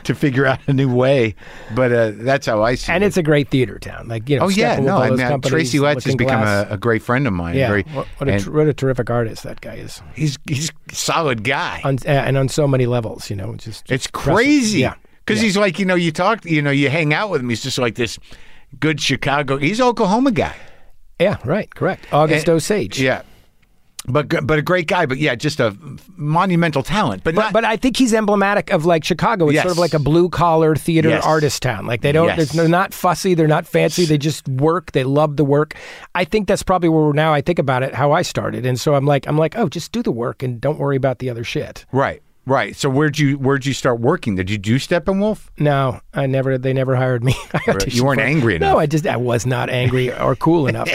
to figure out a new way, but uh, that's how I see
and
it.
it's a great theater town. Like you know,
Oh yeah,
Steppenwolf,
no,
all
I
those
mean uh,
companies,
Tracy Letts has
Looking
become
Glass.
a, a great friend of mine.
yeah.
very-
what, what a
and
tr- what a terrific artist that guy is,
he's he's a solid guy.
on, uh, and on so many levels. You know, it's just
it's crazy.
Yeah.
because he's like you know you talk you know you hang out with him. He's just like this good Chicago. He's an Oklahoma guy.
yeah, right, correct. August Osage.
Yeah, but g- but a great guy. But yeah, just a monumental talent. But, not,
But I think he's emblematic of like Chicago. It's
Yes.
sort of like a blue collar theater
Yes.
artist town. Like they don't,
Yes.
there's- they're not fussy, they're not fancy. They just work. They love the work. I think that's probably where we're now. I think about it how I started, and so I'm like, I'm like, oh, just do the work and don't worry about the other shit.
right, right. So where'd you where'd you start working? Did you do Steppenwolf?
No, I never. They never hired me. I auditioned
You weren't
for-
angry
No,
enough.
I just I was not angry or cool enough.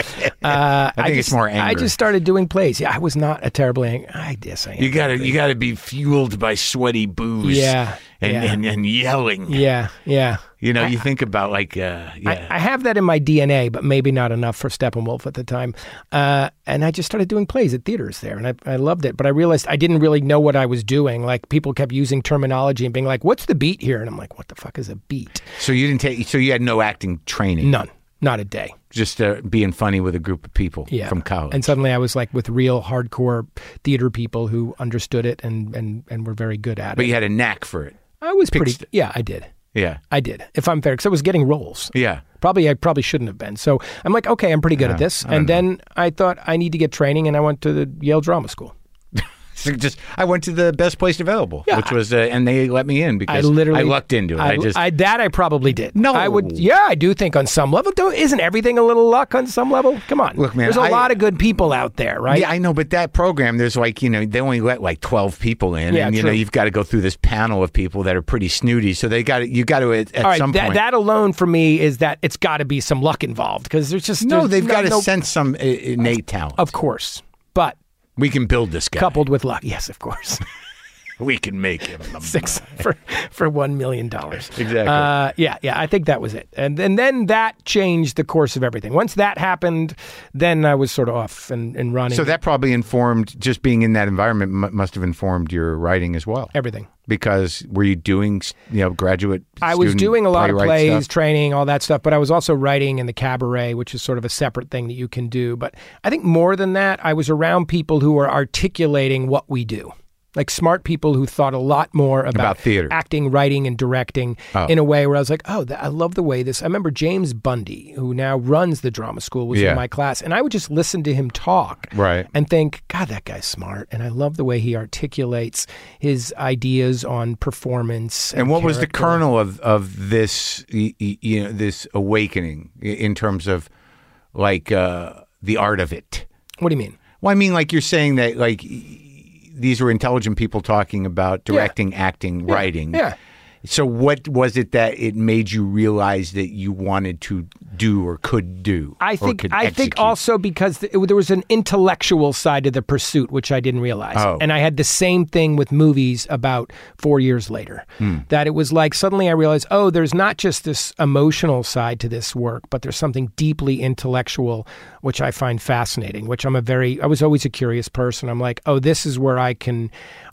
Uh, I
think it's
just,
more
I
anger.
just started doing plays. Yeah, I was not a terribly angry. I guess I am.
You gotta you gotta be fueled by sweaty booze.
Yeah,
and
yeah.
and, and yelling.
yeah, yeah.
You know, you think about like uh, yeah.
I, I have that in my DNA, but maybe not enough for Steppenwolf at the time. Uh, and I just started doing plays at theaters there, and I, I loved it. But I realized I didn't really know what I was doing. Like people kept using terminology and being like, "What's the beat here?" And I'm like, "What the fuck is a beat?"
so you didn't take. So you had no acting training.
None, not a day.
just uh, being funny with a group of people
Yeah.
from college.
And suddenly I was like with real hardcore theater people who understood it and and and were very good at
but
it.
you had a knack for it.
I was pretty. Yeah, I did.
Yeah.
I did. If I'm fair, because I was getting roles.
Yeah.
Probably I probably shouldn't have been. So I'm like, okay, I'm pretty good at this. And then I thought I need to get training, and I went to the Yale Drama School.
So just I went to the best place available,
Yeah,
which
I-
was uh, and they let me in because
I literally
lucked into it. I, just
that I probably did.
No.
I would. Yeah, I do think on some level, don't, isn't everything a little luck on some level? Come on,
Look, man,
There's a
I-
lot of good people out there, right?
yeah, I know, but that program, there's like, you know, they only let like 12 people in,
Yeah,
and you know,
true.
you've got to go through this panel of people that are pretty snooty. So they got to, you got to at, at
All right,
some
that,
point.
that alone for me is that it's got to be some luck involved because there's just
no,
there's
they've got to
no-
sense some i- innate talent.
Of course, but
we can build this guy.
coupled with luck, yes, of course.
We can make him.
six for for one million dollars.
Exactly.
Uh, yeah, yeah. I think that was it, and and then that changed the course of everything. Once that happened, then I was sort of off and, and running.
So that probably informed just being in that environment mu must have informed your writing as well.
everything.
because were you doing you know graduate?
I was
student
doing a lot of
playwright
plays,
stuff?
training, all that stuff, but I was also writing in the cabaret, which is sort of a separate thing that you can do. But I think more than that, I was around people who are articulating what we do. like smart people who thought a lot more about,
About theater.
acting, writing, and directing
Oh.
in a way where I was like, oh, th- I love the way this. I remember James Bundy, who now runs the drama school, was
Yeah.
in my class, and I would just listen to him talk
Right.
and think, God, that guy's smart, and I love the way he articulates his ideas on performance. And,
And what was the
character.
kernel of of this y- y- you know this awakening i- in terms of like uh, the art of it?
What do you mean?
Well, I mean, like you're saying that like y- these were intelligent people talking about directing, acting, writing.
yeah.
So what was it that it made you realize that you wanted to do or could do?
I
or
think
could
I
execute?
think also because th- it, there was an intellectual side to the pursuit which I didn't realize,
Oh.
and I had the same thing with movies about four years later.
Hmm.
That it was like suddenly I realized, oh, there's not just this emotional side to this work, but there's something deeply intellectual which I find fascinating. Which I'm a very I was always a curious person. I'm like, oh, this is where I can.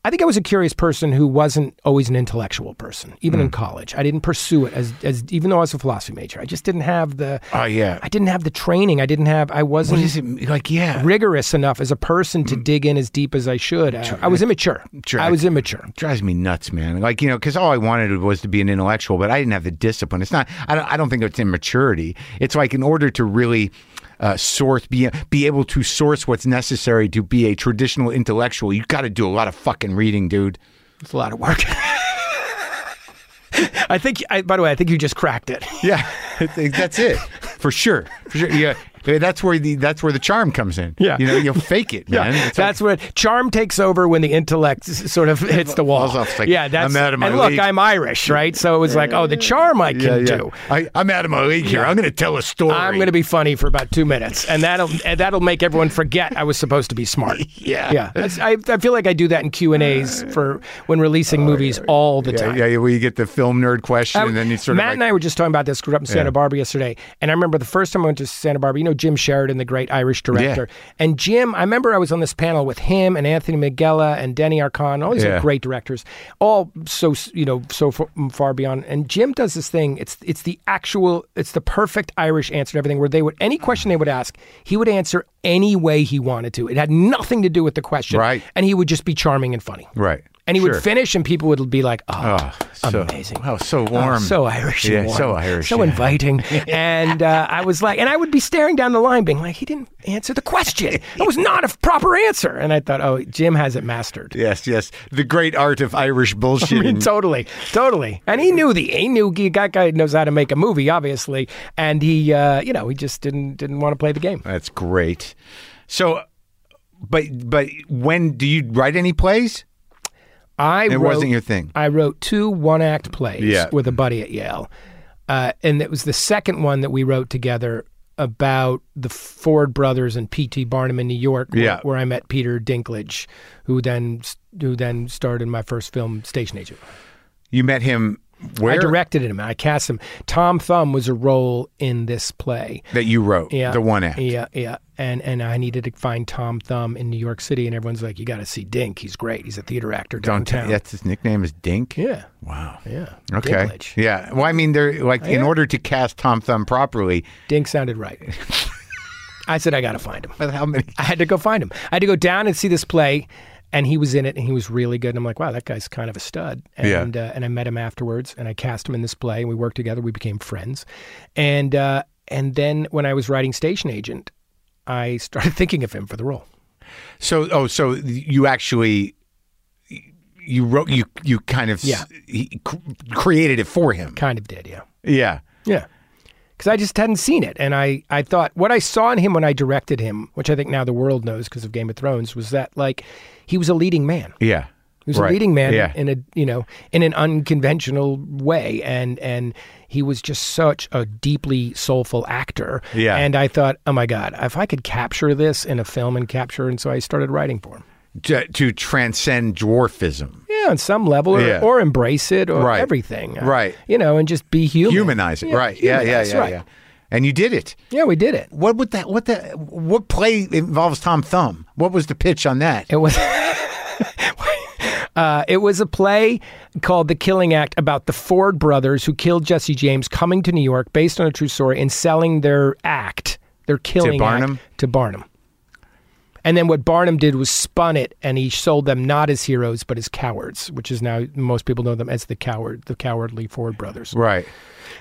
I think I was a curious person who wasn't always an intellectual person, even
Hmm.
in college. I didn't pursue it as as even though I was a philosophy major. I just didn't have the
Oh yeah.
I didn't have the training. I didn't have. I
What
wasn't
is it like? Yeah.
rigorous enough as a person to dig in as deep as I should. I, I was immature.
Sure.
I was immature.
drives me nuts, man. Like you know, because all I wanted was to be an intellectual, but I didn't have the discipline. It's not. I don't. I don't think it's immaturity. It's like in order to really uh, source, be be able to source what's necessary to be a traditional intellectual, you got to do a lot of fucking reading, dude.
It's a lot of work. I think. I, by the way, I think you just cracked it.
Yeah, I think that's it for sure. For sure. Yeah, that's where the that's where the charm comes in.
Yeah.
you know, you'll fake it, man. It's like-
that's what charm takes over when the intellect s- sort of hits the wall.
Falls off, it's like,
yeah, that's.
I'm out of my
and look,
league.
I'm Irish, right? So it was like, oh, the charm I can
yeah, yeah.
do.
I, I'm out of my league here. I'm going to tell a story.
I'm going to be funny for about two minutes, and that'll and that'll make everyone forget I was supposed to be smart.
Yeah.
yeah. That's- I, I feel like I do that in Q and A's for when releasing movies all the
Yeah,
time.
yeah, yeah, where you get the film nerd question, and then you sort
Um, Matt
of like,
and I were just talking about this. Grew up in Santa Barbara yesterday, and I remember the first time I went to Santa Barbara. You know Jim Sheridan, the great Irish director, and Jim. I remember I was on this panel with him and Anthony Minghella and Denny Arcon, all these
Yeah.
great directors, all so you know so far, far beyond. And Jim does this thing. It's it's the actual, it's the perfect Irish answer to everything. Where they would any question they would ask, he would answer any way he wanted to. It had nothing to do with the question,
Right.
And he would just be charming and funny,
Right.
And he
Sure.
would finish, and people would be like, "Oh,
Ah, so,
amazing." Ah,
Wow, so warm.
So Irish. and
Yeah,
warm,
so Irish.
So
yeah.
inviting. and uh, I was like, and I would be staring down the line, being like, he didn't answer the question. It was not a proper answer. And I thought, oh, Jim has it mastered.
Yes, yes. The great art of Irish bullshit.
I mean, totally, totally. And he knew the he knew he, that guy knows how to make a movie, obviously. And he, uh, you know, he just didn't didn't want to play the game.
That's great. So, but but when do you write any plays?
I
It
wrote,
wasn't your thing.
I wrote two one act plays
Yeah.
with a buddy at Yale. Uh, and it was the second one that we wrote together about the Ford brothers and P.T. Barnum in New York, where,
Yeah.
where I met Peter Dinklage, who then who then starred in my first film, Station Agent.
You met him where
I directed him. I cast him. Tom Thumb was a role in this play.
that you wrote.
Yeah.
the one act.
Yeah, yeah. And and I needed to find Tom Thumb in New York City, and everyone's like, "You got to see Dink. He's great. He's a theater actor
Don't
downtown."
tell- That's his nickname is Dink.
Yeah,
Wow.
yeah.
Okay.
Dinklage.
Yeah. Well, I mean, they're like in
Oh, yeah.
order to cast Tom Thumb properly.
Dink sounded right. I said, I got to find him.
But how many?
I had to go find him. I had to go down and see this play, and he was in it, and he was really good. And I'm like, wow, that guy's kind of a stud.
Yeah.
And, uh, and I met him afterwards, and I cast him in this play, and we worked together. We became friends. And, uh, and then when I was writing Station Agent, I started thinking of him for the role.
So oh, so you actually you wrote you you kind of
Yeah.
he, cr- created it for him.
Kind of did, yeah.
Yeah.
Yeah. Because I just hadn't seen it. And I, I thought what I saw in him when I directed him, which I think now the world knows because of Game of Thrones, was that like he was a leading man.
Yeah.
He was
Right.
a leading man
Yeah.
in a you know in an unconventional way, and and he was just such a deeply soulful actor.
Yeah.
And I thought, oh my god, if I could capture this in a film and capture, and so I started writing for him.
to, to transcend dwarfism.
Yeah, on some level, or,
Yeah.
or embrace it, or
Right.
everything. Uh,
Right.
You know, and just be human.
Humanize it, right? Yeah, yeah,
humanize,
yeah,
right.
yeah. And you did it.
Yeah, we did it.
What would that? What that? What play involves Tom Thumb? What was the pitch on that?
It was. Uh, it was a play called The Killing Act about the Ford brothers who killed Jesse James coming to New York based on a true story and selling their act, their killing
Barnum?
act to Barnum. And then what Barnum did was spun it, and he sold them not as heroes but as cowards, which is now most people know them as the coward, the cowardly Ford brothers.
Right.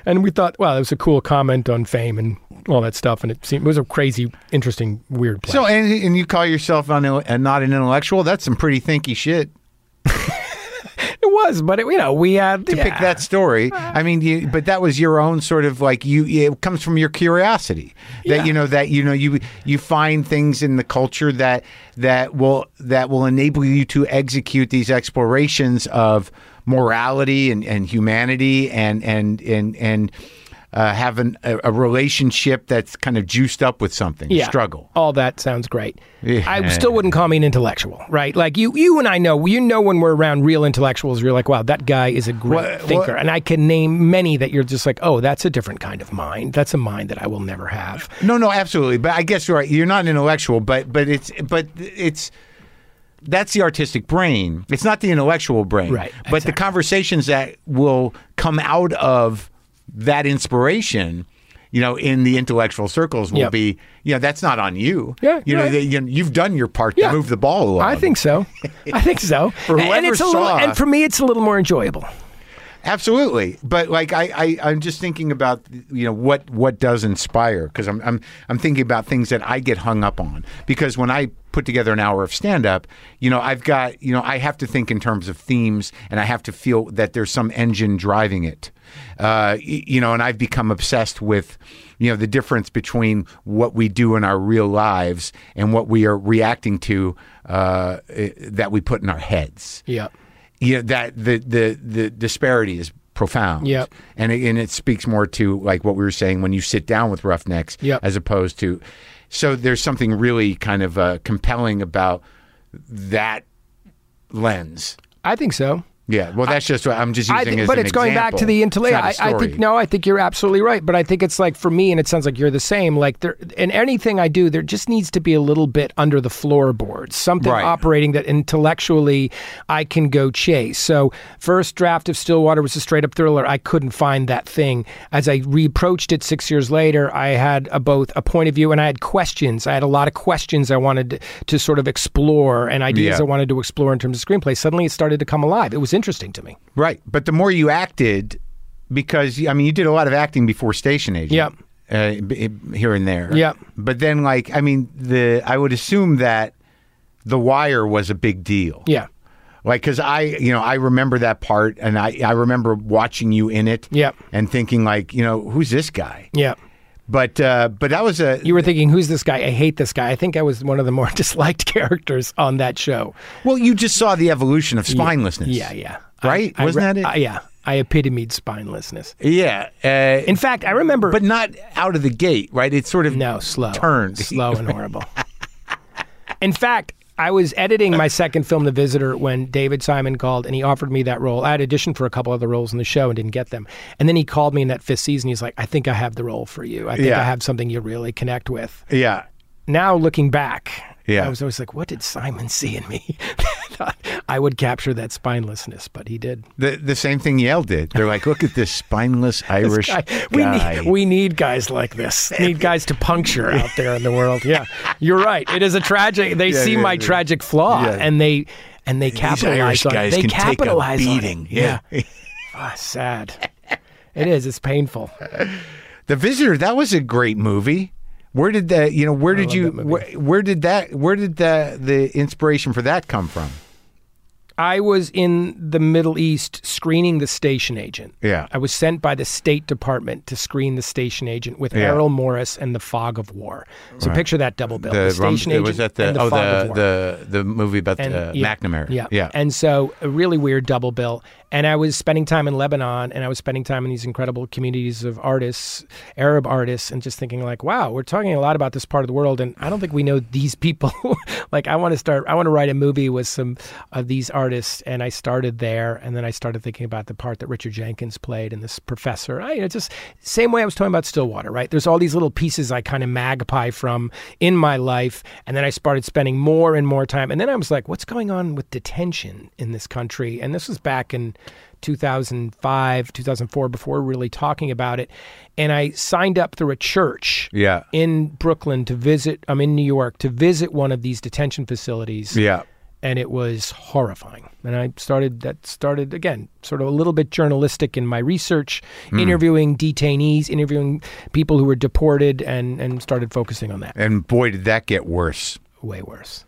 And we thought, wow, that was a cool comment on fame and all that stuff, and it seemed it was a crazy, interesting, weird play.
So, and, and you call yourself an, and not an intellectual? That's some pretty thinky shit
it was, but it, you know, we had
to pick that story. I mean, you, but that was your own sort of like you. It comes from your curiosity that
Yeah.
you know that you know you you find things in the culture that that will that will enable you to execute these explorations of morality and, and humanity and and and and uh, have an, a, a relationship that's kind of juiced up with something struggle.
All that sounds great.
Yeah.
I still wouldn't call me an intellectual, right? Like you, you and I know, you know, when we're around real intellectuals, you're like, wow, that guy is a great
What-
thinker,
what-
and I can name many that you're just like, oh, that's a different kind of mind. That's a mind that I will never have.
No, no, absolutely. But I guess you're right. You're not an intellectual, but but it's but it's that's the artistic brain. It's not the intellectual brain.
Right,
But the conversations that will come out of that inspiration, you know, in the intellectual circles will
Yep.
be, you know, that's not on you.
Yeah,
You know,
right.
they, you, you've done your part
Yeah.
to move the ball along.
I think so. Um, I think so.
For
and
whoever
it's a little,
saw-
and for me, it's a little more enjoyable.
Absolutely, but like I, I, I'm just thinking about you know what what does inspire because I'm I'm I'm thinking about things that I get hung up on because when I put together an hour of stand up, you know I've got you know I have to think in terms of themes and I have to feel that there's some engine driving it, uh, y- you know, and I've become obsessed with you know the difference between what we do in our real lives and what we are reacting to uh, eh, that we put in our heads
Yeah.
you know, that the, the the disparity is profound.
Yep.
And it, and it speaks more to like what we were saying when you sit down with roughnecks
Yep.
as opposed to so there's something really kind of uh, compelling about that lens.
I think so.
Yeah. Well, that's just what I'm just using
I think,
as
but
an
it's going back
example.
to the intellect.
It's not
I,
a
I
story.
think no, I think you're absolutely right. But I think it's like for me, and it sounds like you're the same. Like there, in anything I do, there just needs to be a little bit under the floorboards, something
Right.
operating that intellectually I can go chase. So first draft of Stillwater was a straight up thriller. I couldn't find that thing. As I reapproached it six years later, I had a, both a point of view and I had questions. I had a lot of questions I wanted to, to sort of explore and ideas
Yeah.
I wanted to explore in terms of screenplay. Suddenly, it started to come alive. It was interesting to me.
Right. But the more you acted, because I mean, you did a lot of acting before Station Agent.
Yep.
Uh, b- here and there.
Yep.
But then, like, I mean, the I would assume that The Wire was a big deal.
Yeah.
Like, because I, you know, I remember that part, and I, I remember watching you in it.
Yep.
And thinking like, you know, who's this guy?
Yeah.
But uh, but that was a
You were thinking, who's this guy? I hate this guy. I think I was one of the more disliked characters on that show.
well, you just saw the evolution of spinelessness.
Yeah, yeah.
Right?
I, I
Wasn't
re-
that it?
I- yeah. I epitomed spinelessness.
yeah. Uh,
In fact, I remember.
but not out of the gate, right? It's sort of
no, slow.
turned.
Slow and horrible. In fact, I was editing my second film, The Visitor, when David Simon called and he offered me that role. I had auditioned for a couple other roles in the show and didn't get them. And then he called me in that fifth season. He's like, I think I have the role for you. I think
Yeah.
I have something you really connect with.
Yeah.
now looking back,
Yeah.
I was always like, what did Simon see in me? I would capture that spinelessness, but he did.
The the same thing Yale did. They're like, look at this spineless Irish
I-
guy.
we need we need guys like this. Need guys to puncture out there in the world. Yeah, you're right. It is a tragic. They see
yeah,
my
yeah.
tragic flaw,
Yeah.
and they and they capitalize
Irish
on.
guys
they
can take a
capitalize on it.
beating. Yeah.
Ah, sad. It is. It's painful.
The Visitor, that was a great movie. Where did that, you know, where did
love
you,
that movie.
where, where did that, where did the the inspiration for that come from?
I was in the Middle East screening the station agent.
Yeah.
I was sent by the State Department to screen the station agent with
Yeah.
Errol Morris and the Fog of War. So picture that double bill. The,
Rum-
station
it
agent
was at the,
and the
oh,
Fog of War.
the, the, the movie about
And,
the
yeah,
uh, McNamara.
Yeah.
Yeah.
And so a really weird double bill. And I was spending time in Lebanon and I was spending time in these incredible communities of artists, Arab artists, and just thinking like, wow, we're talking a lot about this part of the world and I don't think we know these people. like I want to start I want to write a movie with some of these artist, and I started there, and then I started thinking about the part that Richard Jenkins played and this professor. I, it's just same way I was talking about Stillwater, right? There's all these little pieces I kind of magpie from in my life, and then I started spending more and more time, and then I was like, what's going on with detention in this country? And this was back in 2005, 2004, before really talking about it, and I signed up through a church
Yeah.
in Brooklyn to visit. I'm in New York to visit one of these detention facilities
Yeah.
and it was horrifying. And I started that started again, sort of a little bit journalistic in my research, interviewing detainees, interviewing people who were deported, and and started focusing on that.
And boy, did that get worse.
Way worse.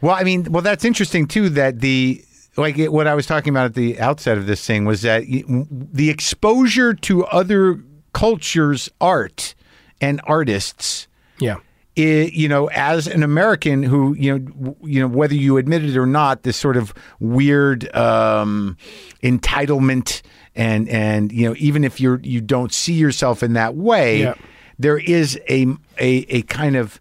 Well, I mean, well, that's interesting too. That the like it, what I was talking about at the outset of this thing was that y- the exposure to other cultures, art, and artists.
Yeah,
i you know, as an American who, you know, w- you know, whether you admit it or not, this sort of weird um, entitlement and and you know, even if you're you don't see yourself in that way,
Yeah.
there is a a a kind of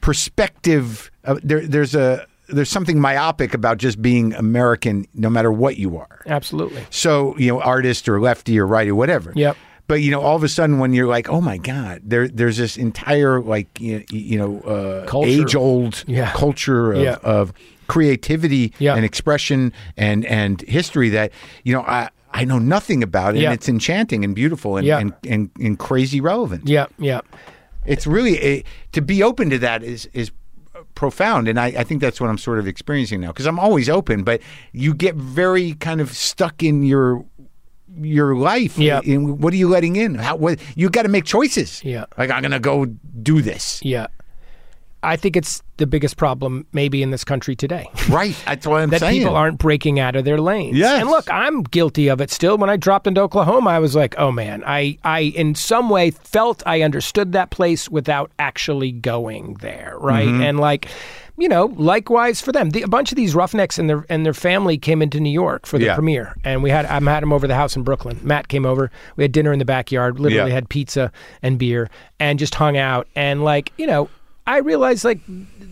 perspective. Uh, there there's a there's something myopic about just being American, no matter what you are.
absolutely.
So you know, artist or lefty or righty, whatever.
Yep.
But you know, all of a sudden, when you're like, "Oh my God," there, there's this entire like you you know uh,
Culture.
age old
Yeah.
culture of,
Yeah.
of creativity
Yeah.
and expression and and history that you know I I know nothing about it,
Yeah.
and it's enchanting and beautiful and
Yeah.
and, and, and crazy relevant.
Yeah, yeah.
It's really a, to be open to that is is profound, and I, I think that's what I'm sort of experiencing now because I'm always open, but you get very kind of stuck in your your life.
Yeah.
In what are you letting in? How what you got to make choices.
Yeah.
Like I'm gonna go do this.
Yeah. I think it's the biggest problem maybe in this country today.
Right. That's what I'm
that
saying.
people aren't breaking out of their lanes.
Yes.
And look, I'm guilty of it still. When I dropped into Oklahoma, I was like, oh man, I, I in some way felt I understood that place without actually going there. Right.
Mm-hmm.
And like, you know, likewise for them. The, a bunch of these roughnecks and their and their family came into New York for the
Yeah.
premiere. And we had I had him over the house in Brooklyn. Matt came over. We had dinner in the backyard, literally
Yeah.
had pizza and beer and just hung out and like, you know, I realized like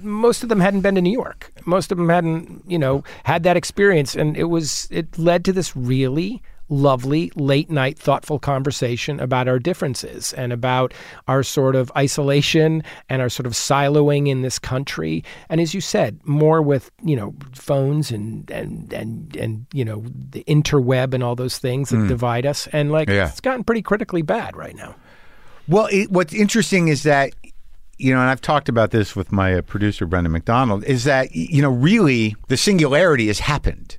most of them hadn't been to New York. Most of them hadn't, you know, had that experience. And it was, it led to this really lovely late night thoughtful conversation about our differences and about our sort of isolation and our sort of siloing in this country and as you said more with you know phones and and and and you know the interweb and all those things that divide us and like
Yeah.
it's gotten pretty critically bad right now
Well, it, what's interesting is that you know, and I've talked about this with my uh, producer Brendan McDonald, is that y- you know, really the singularity has happened.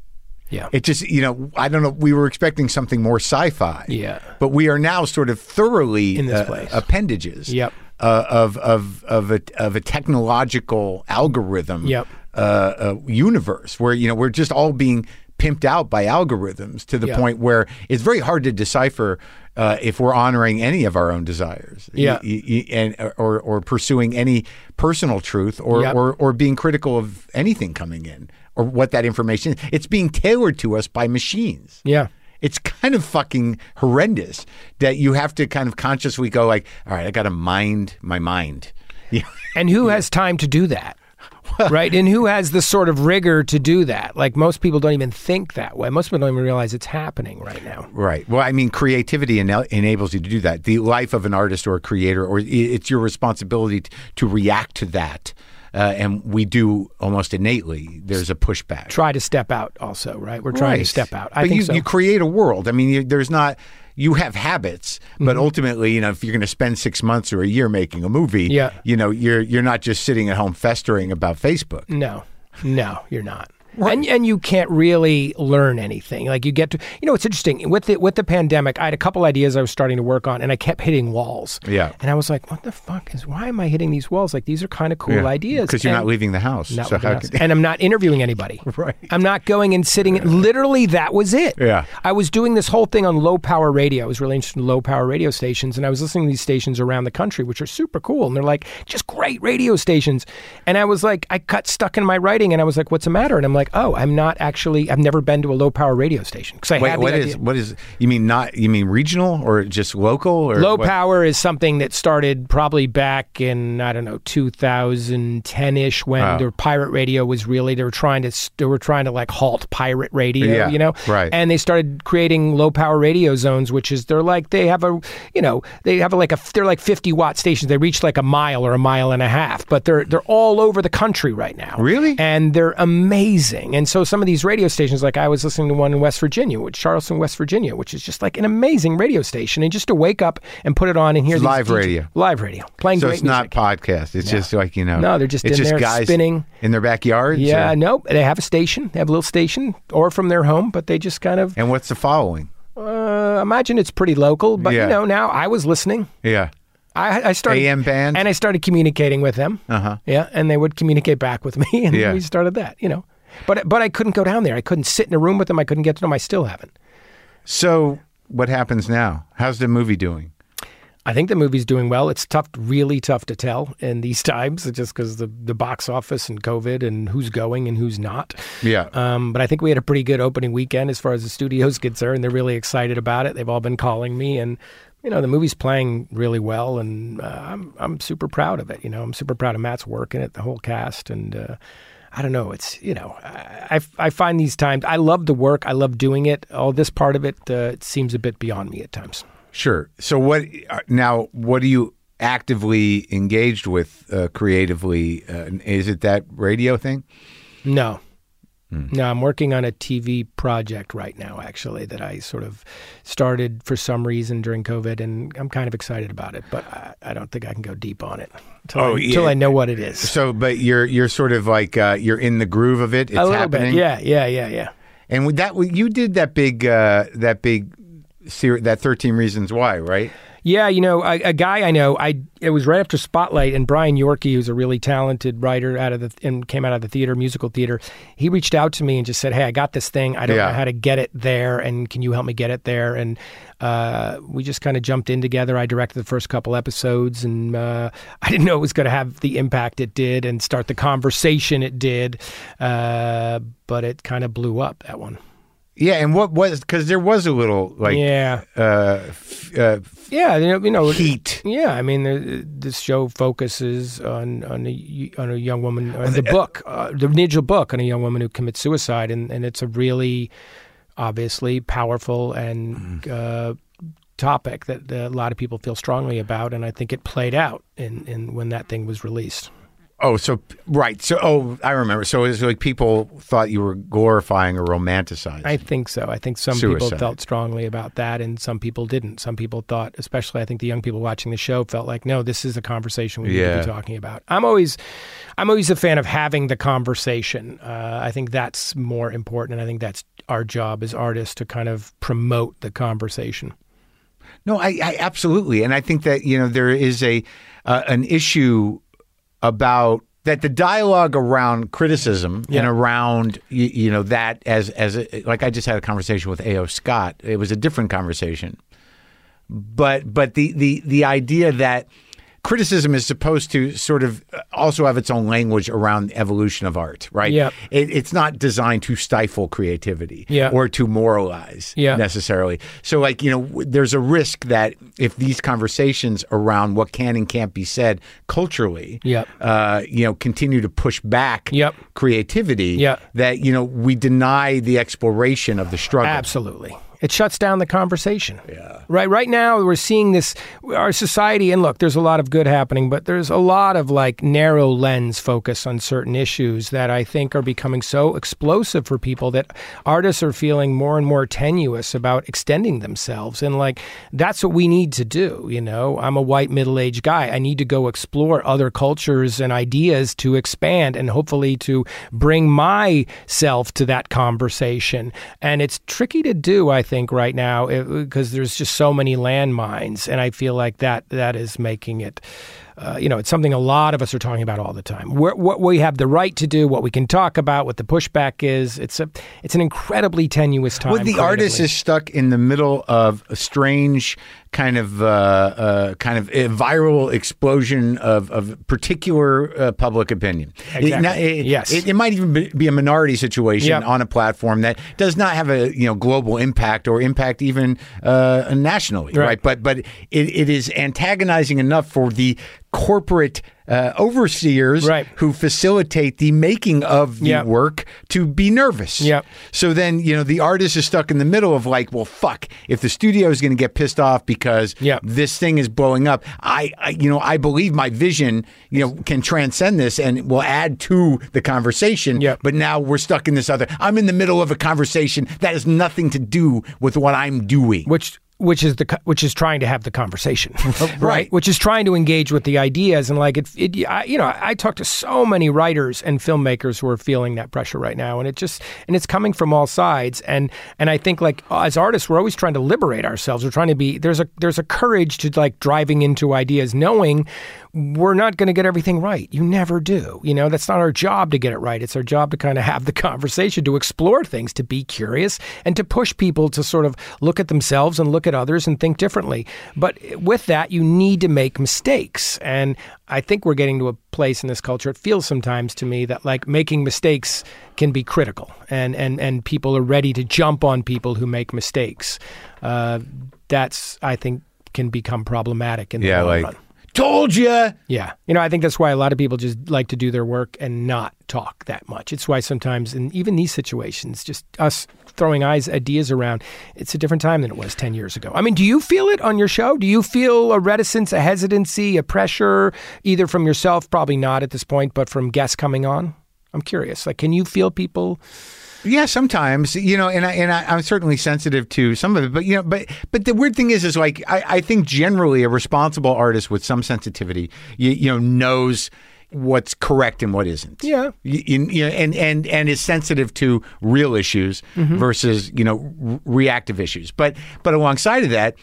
yeah
It just, you know, I don't know. We were expecting something more sci-fi.
Yeah.
But we are now sort of thoroughly
In this
uh,
place.
appendages.
Yep.
Uh, of of of a of a technological algorithm.
Yep.
Uh, uh, universe where you know we're just all being pimped out by algorithms to the
Yeah.
point where it's very hard to decipher uh, if we're honoring any of our own desires. Y-
Yeah.
y- y- and or or pursuing any personal truth or
Yep.
or or, or being critical of anything coming in or what that information is. It's being tailored to us by machines.
yeah
It's kind of fucking horrendous that you have to kind of consciously go like, all right, I got to mind my mind. Yeah.
And who has time to do that? right? And who has the sort of rigor to do that? Like most people don't even think that way. Most people don't even realize it's happening right now.
Right. Well, I mean, creativity ena- enables you to do that. The life of an artist or a creator, or i- it's your responsibility t- to react to that. Uh, and we do almost innately. There's a pushback.
Try to step out also, right? We're trying to
Right.
step out. I
but
think
you,
so.
you create a world. I mean, you, there's not. You have habits, but
Mm-hmm.
ultimately, you know, if you're going to spend six months or a year making a movie,
Yeah.
you know, you're you're not just sitting at home festering about Facebook.
No, no, you're not. And and you can't really learn anything. Like you get to, you know, it's interesting with the with the pandemic. I had a couple ideas I was starting to work on, and I kept hitting walls.
Yeah.
and I was like, what the fuck is? Why am I hitting these walls? Like these are kind of cool ideas
because you're
And-
not leaving the house.
Not
so
with the
how
mouse.
could-
and I'm not interviewing anybody.
Right.
I'm not going and sitting. Literally, that was it.
Yeah.
I was doing this whole thing on low power radio. I was really interested in low power radio stations, and I was listening to these stations around the country, which are super cool, and they're like just great radio stations. And I was like, I got stuck in my writing, and I was like, what's the matter? And I'm like, like, oh, I'm not actually. I've never been to a low power radio station because I
Wait,
had the
what
idea.
is what is? You mean not? You mean regional or just local or
Low
what?
power is something that started probably back in I don't know 2010 ish when the pirate radio was really they were trying to they were trying to like halt pirate radio
Yeah,
you know
right.
and they started creating low power radio zones which is they're like they have a you know they have like a they're like 50 watt stations they reach like a mile or a mile and a half but they're they're all over the country right now
Really?
and they're amazing. And so some of these radio stations, like I was listening to one in West Virginia, which Charleston, West Virginia, which is just like an amazing radio station. And just to wake up and put it on and hear these
live
DJ
radio.
live radio, playing
So
great
it's not
music.
podcast. It's just like you know.
No, they're just
it's
in
just
there
guys
spinning.
in their backyards.
Yeah,
or-
no, they have a station. They have a little station, or from their home, but they just kind of
and what's the following?
uh, imagine it's pretty local. But
Yeah.
you know, now I was listening.
Yeah.
I, I started
AM band?
and I started communicating with them.
Uh-huh.
Yeah, and they would communicate back with me, and
Yeah.
we started that. You know, but but I couldn't go down there. I couldn't sit in a room with them. I couldn't get to them. I still haven't.
So what happens now? How's the movie doing?
I think the movie's doing well. It's tough, really tough to tell in these times, just because the the box office and COVID and who's going and who's not.
Yeah.
Um, but I think we had a pretty good opening weekend as far as the studio's concerned. They're really excited about it. They've all been calling me, and you know the movie's playing really well, and uh, I'm I'm super proud of it. You know, I'm super proud of Matt's work in it, the whole cast, and. Uh, I don't know. It's you know, I, I I find these times. I love the work. I love doing it. All this part of it, uh, it seems a bit beyond me at times.
Sure. So what uh, now? What are you actively engaged with uh, creatively? Uh, is it that radio thing?
No.
Hmm.
No, I'm working on a TV project right now, actually, that I sort of started for some reason during COVID, and I'm kind of excited about it, but I, I don't think I can go deep on it until,
Oh,
I,
yeah.
until I know what it is.
So, but you're you're sort of like uh, you're in the groove of it. It's
a little
happening.
bit. Yeah, yeah, yeah, yeah.
And with that, you did that big uh, that big series that Thirteen Reasons Why, right?
Yeah, you know, a, a guy I know, I it was right after Spotlight, and Brian Yorkie, who's a really talented writer out of the and came out of the theater, musical theater, he reached out to me and just said, "Hey, I got this thing. I don't
Yeah.
know how to get it there, and can you help me get it there?" And uh, we just kind of jumped in together. I directed the first couple episodes, and uh, I didn't know it was going to have the impact it did and start the conversation it did, uh, but it kind of blew up that one.
Yeah. And what was because there was a little like
yeah,
uh, f- uh, f-
yeah, you know, you know
heat.
Yeah, I mean, the, this show focuses on on a, on a young woman, uh, the book, uh, the Nigel book on a young woman who commits suicide, and, and it's a really obviously powerful and uh, topic that uh, a lot of people feel strongly about, and I think it played out in, in when that thing was released.
Oh, so right. So oh, I remember. So it's like people thought you were glorifying or romanticizing.
I think so. I think some people
Suicide.
felt strongly about that, and some people didn't. Some people thought, especially I think the young people watching the show felt like, no, this is a conversation we need
Yeah.
to be talking about. I'm always, I'm always a fan of having the conversation. Uh, I think that's more important, and I think that's our job as artists to kind of promote the conversation.
No, I, I absolutely, and I think that you know there is a uh, an issue about that the dialogue around criticism and
Yeah.
around you, you know that as as a, like I just had a conversation with A.O. Scott. It was a different conversation, but but the the the idea that criticism is supposed to sort of uh, also have its own language around the evolution of art, right?
Yep.
It, it's not designed to stifle creativity
Yeah.
or to moralize
Yeah.
necessarily. So, like, you know, w- there's a risk that if these conversations around what can and can't be said culturally,
Yep.
uh, you know, continue to push back
Yep.
creativity,
Yeah.
that, you know, we deny the exploration of the struggle.
Absolutely. It shuts down the conversation. Yeah. Right right now we're seeing this our society and look, there's a lot of good happening, but there's a lot of like narrow lens focus on certain issues that I think are becoming so explosive for people that artists are feeling more and more tenuous about extending themselves and like that's what we need to do, you know. I'm a white middle-aged guy. I need to go explore other cultures and ideas to expand and hopefully to bring myself to that conversation. And it's tricky to do, I think, right now because there's just so many landmines, and I feel like that that is making it uh, you know, it's something a lot of us are talking about all the time. Where, what we have the right to do, what we can talk about, what the pushback is. It's a, it's an incredibly tenuous time.
Well, the artist
creatively.
is stuck in the middle of a strange kind of uh, uh, kind of a viral explosion of, of particular uh, public opinion.
Exactly.
It- now, it-
Yes.
it, it might even be- be a minority situation
Yep.
on a platform that does not have a you know global impact or impact even uh, nationally, right?
Right.
But but it, it is antagonizing enough for the corporate. Uh, overseers
Right.
who facilitate the making of the
Yep.
work to be nervous.
Yep.
So then, you know, the artist is stuck in the middle of like, well, fuck, if the studio is going to get pissed off because
Yep.
this thing is blowing up, I, I, you know, I believe my vision, you know, can transcend this and will add to the conversation.
Yep.
But now we're stuck in this other, I'm in the middle of a conversation that has nothing to do with what I'm doing.
which which is the co- which is trying to have the conversation, right?
Right.
Which is trying to engage with the ideas and like it. it I, you know, I, I talk to so many writers and filmmakers who are feeling that pressure right now, and it just and it's coming from all sides. And and I think like as artists, we're always trying to liberate ourselves. We're trying to be there's a there's a courage to like driving into ideas, knowing we're not going to get everything right. You never do. You know, that's not our job to get it right. It's our job to kind of have the conversation, to explore things, to be curious, and to push people to sort of look at themselves and look at others and think differently. But with that, you need to make mistakes. And I think we're getting to a place in this culture, it feels sometimes to me that like making mistakes can be critical and, and, and people are ready to jump on people who make mistakes. Uh, that's, I think, can become problematic in the long run.
told you.
Yeah. You know, I think that's why a lot of people just like to do their work and not talk that much. It's why sometimes, in even these situations, just us throwing eyes, ideas around, it's a different time than it was 10 years ago. I mean, do you feel it on your show? Do you feel a reticence, a hesitancy, a pressure, either from yourself, probably not at this point, but from guests coming on? I'm curious. Like, can you feel people?
Yeah, sometimes you know, and I and I, I'm certainly sensitive to some of it, but you know, but but the weird thing is, is like I, I think generally a responsible artist with some sensitivity, you, you know, knows what's correct and what isn't.
Yeah.
you, you, you know, and and and is sensitive to real issues
Mm-hmm.
versus you know r- reactive issues. But but alongside of that,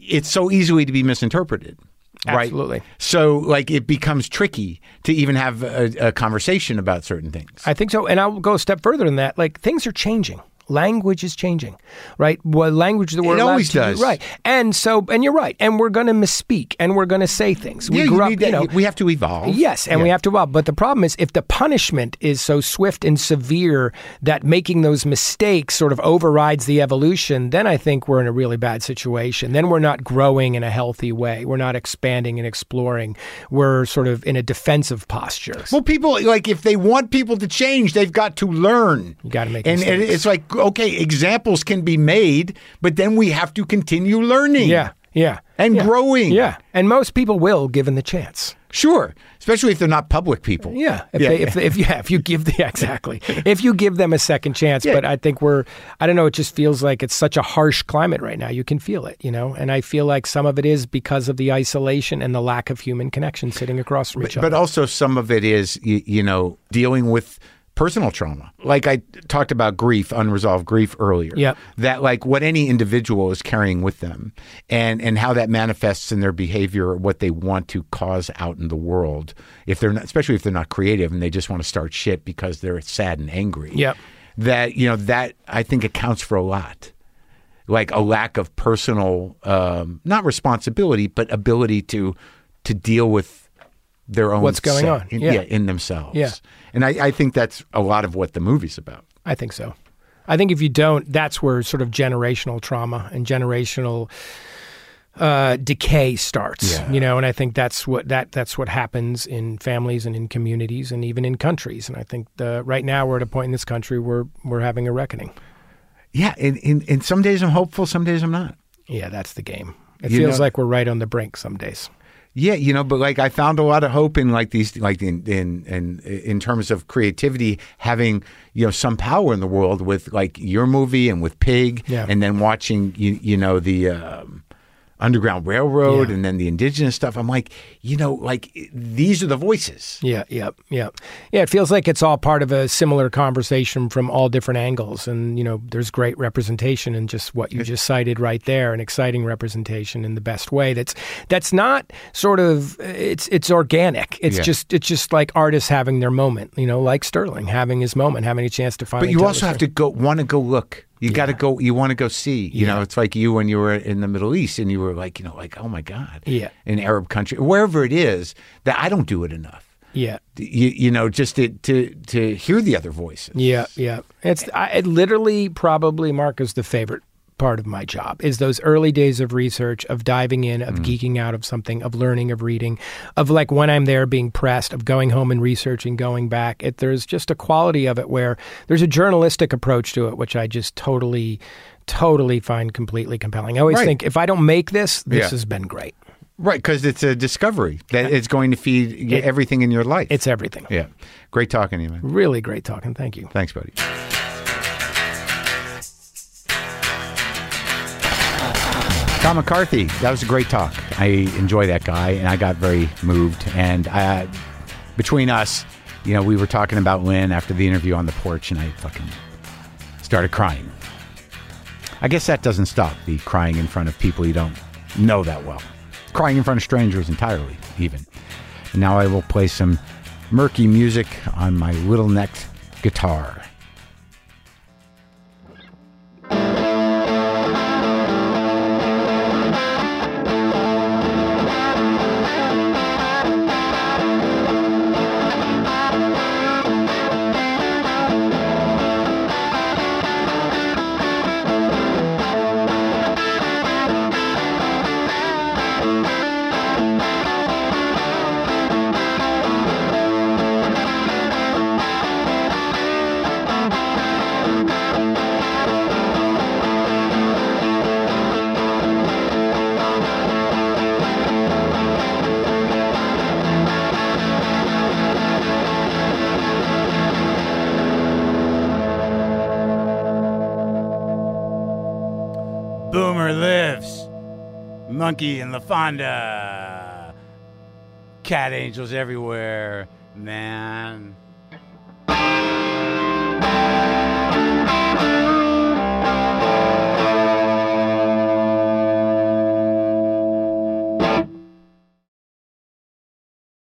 it's so easily to be misinterpreted. Right.
Absolutely.
So, like, it becomes tricky to even have a, a conversation about certain things.
I think so. And I'll go a step further than that. Like things are changing. Language is changing, right? Well, language that we're
It
allowed
always
to
does.
use, right? And so, and you're right. And we're going to misspeak, and we're going to say things. We
yeah,
grew
you
up,
need that.
you know.
we have to evolve.
Yes, and we have to evolve. But the problem is, if the punishment is so swift and severe that making those mistakes sort of overrides the evolution, then I think we're in a really bad situation. Then we're not growing in a healthy way. We're not expanding and exploring. We're sort of in a defensive posture.
Well, people like if they want people to change, they've got to learn. You
gotta make
and it,
mistakes.
it's like okay, examples can be made, but then we have to continue learning.
yeah, yeah.
and
yeah.
growing.
Yeah, and most people will, given the chance.
sure, especially if they're not public people.
Yeah, if
Yeah.
They, if, if yeah, if you give the exactly, if you give them a second chance. But I think we're, I don't know, it just feels like it's such a harsh climate right now. You can feel it, you know, and I feel like some of it is because of the isolation and the lack of human connection sitting across from each other.
But also, some of it is you, you know dealing with personal trauma. Like I talked about grief, unresolved grief earlier.
Yep.
That like what any individual is carrying with them, and and how that manifests in their behavior, or what they want to cause out in the world. If they're not, especially if they're not creative and they just want to start shit because they're sad and angry.
Yep.
That you know that I think accounts for a lot like a lack of personal um, not responsibility but ability to to deal with their own
What's going
self-
on,
in,
yeah.
in themselves
Yeah.
and I, I think that's a lot of what the movie's about
I think so. I think if you don't, that's where sort of generational trauma and generational uh, decay starts.
Yeah.
You know, and I think that's what that that's what happens in families and in communities and even in countries. And I think the, right now we're at a point in this country where we're having a reckoning.
yeah and, and, and some days i'm hopeful some days i'm not
Yeah, that's the game. It
You
feels
know-
like we're right on the brink some days.
Yeah, you know, but like I found a lot of hope in like these, like in in in in terms of creativity having you know some power in the world with like your movie and with Pig,
Yeah.
and then watching you you know the um, Underground Railroad
Yeah.
and then the indigenous stuff. I'm like, you know, like these are the voices.
Yeah, yeah, yeah. Yeah, it feels like it's all part of a similar conversation from all different angles. And, you know, there's great representation in just what you just cited right there, an exciting representation in the best way. That's that's not sort of it's it's organic. It's
Yeah.
just it's just like artists having their moment, you know, like Sterling having his moment, having a chance to finally
But you
tell
also
the
have to go want to go look. You got to go. You want to go see. You know, it's like you when you were in the Middle East and you were like, you know, like oh my God,
Yeah.
in Arab country, wherever it is, that I don't do it enough.
story. Yeah.
You, you know, just to, to to hear the other voices.
Yeah, yeah. It's I, it literally probably Mark is the favorite part of my job is those early days of research of diving in
Mm.
of geeking out of something of learning of reading of like when i'm there being pressed of going home and researching going back it, there's just a quality of it where there's a journalistic approach to it which i just totally totally find completely compelling i always
Right.
think if i don't make this this
Yeah.
has been great
Right, because it's a discovery that it's going to feed y everything in your life.
it's everything
yeah, great talking to you, man.
really great talking thank you
Thanks, buddy. Tom McCarthy, that was a great talk. I enjoy that guy, and I got very moved. And I, between us, you know, we were talking about Lynn after the interview on the porch, and I fucking started crying. I guess that doesn't stop the crying in front of people you don't know that well. Crying in front of strangers entirely, even. And now I will play some murky music on my little necked guitar.
Boomer lives. Monkey in La Fonda. Cat angels everywhere. Man.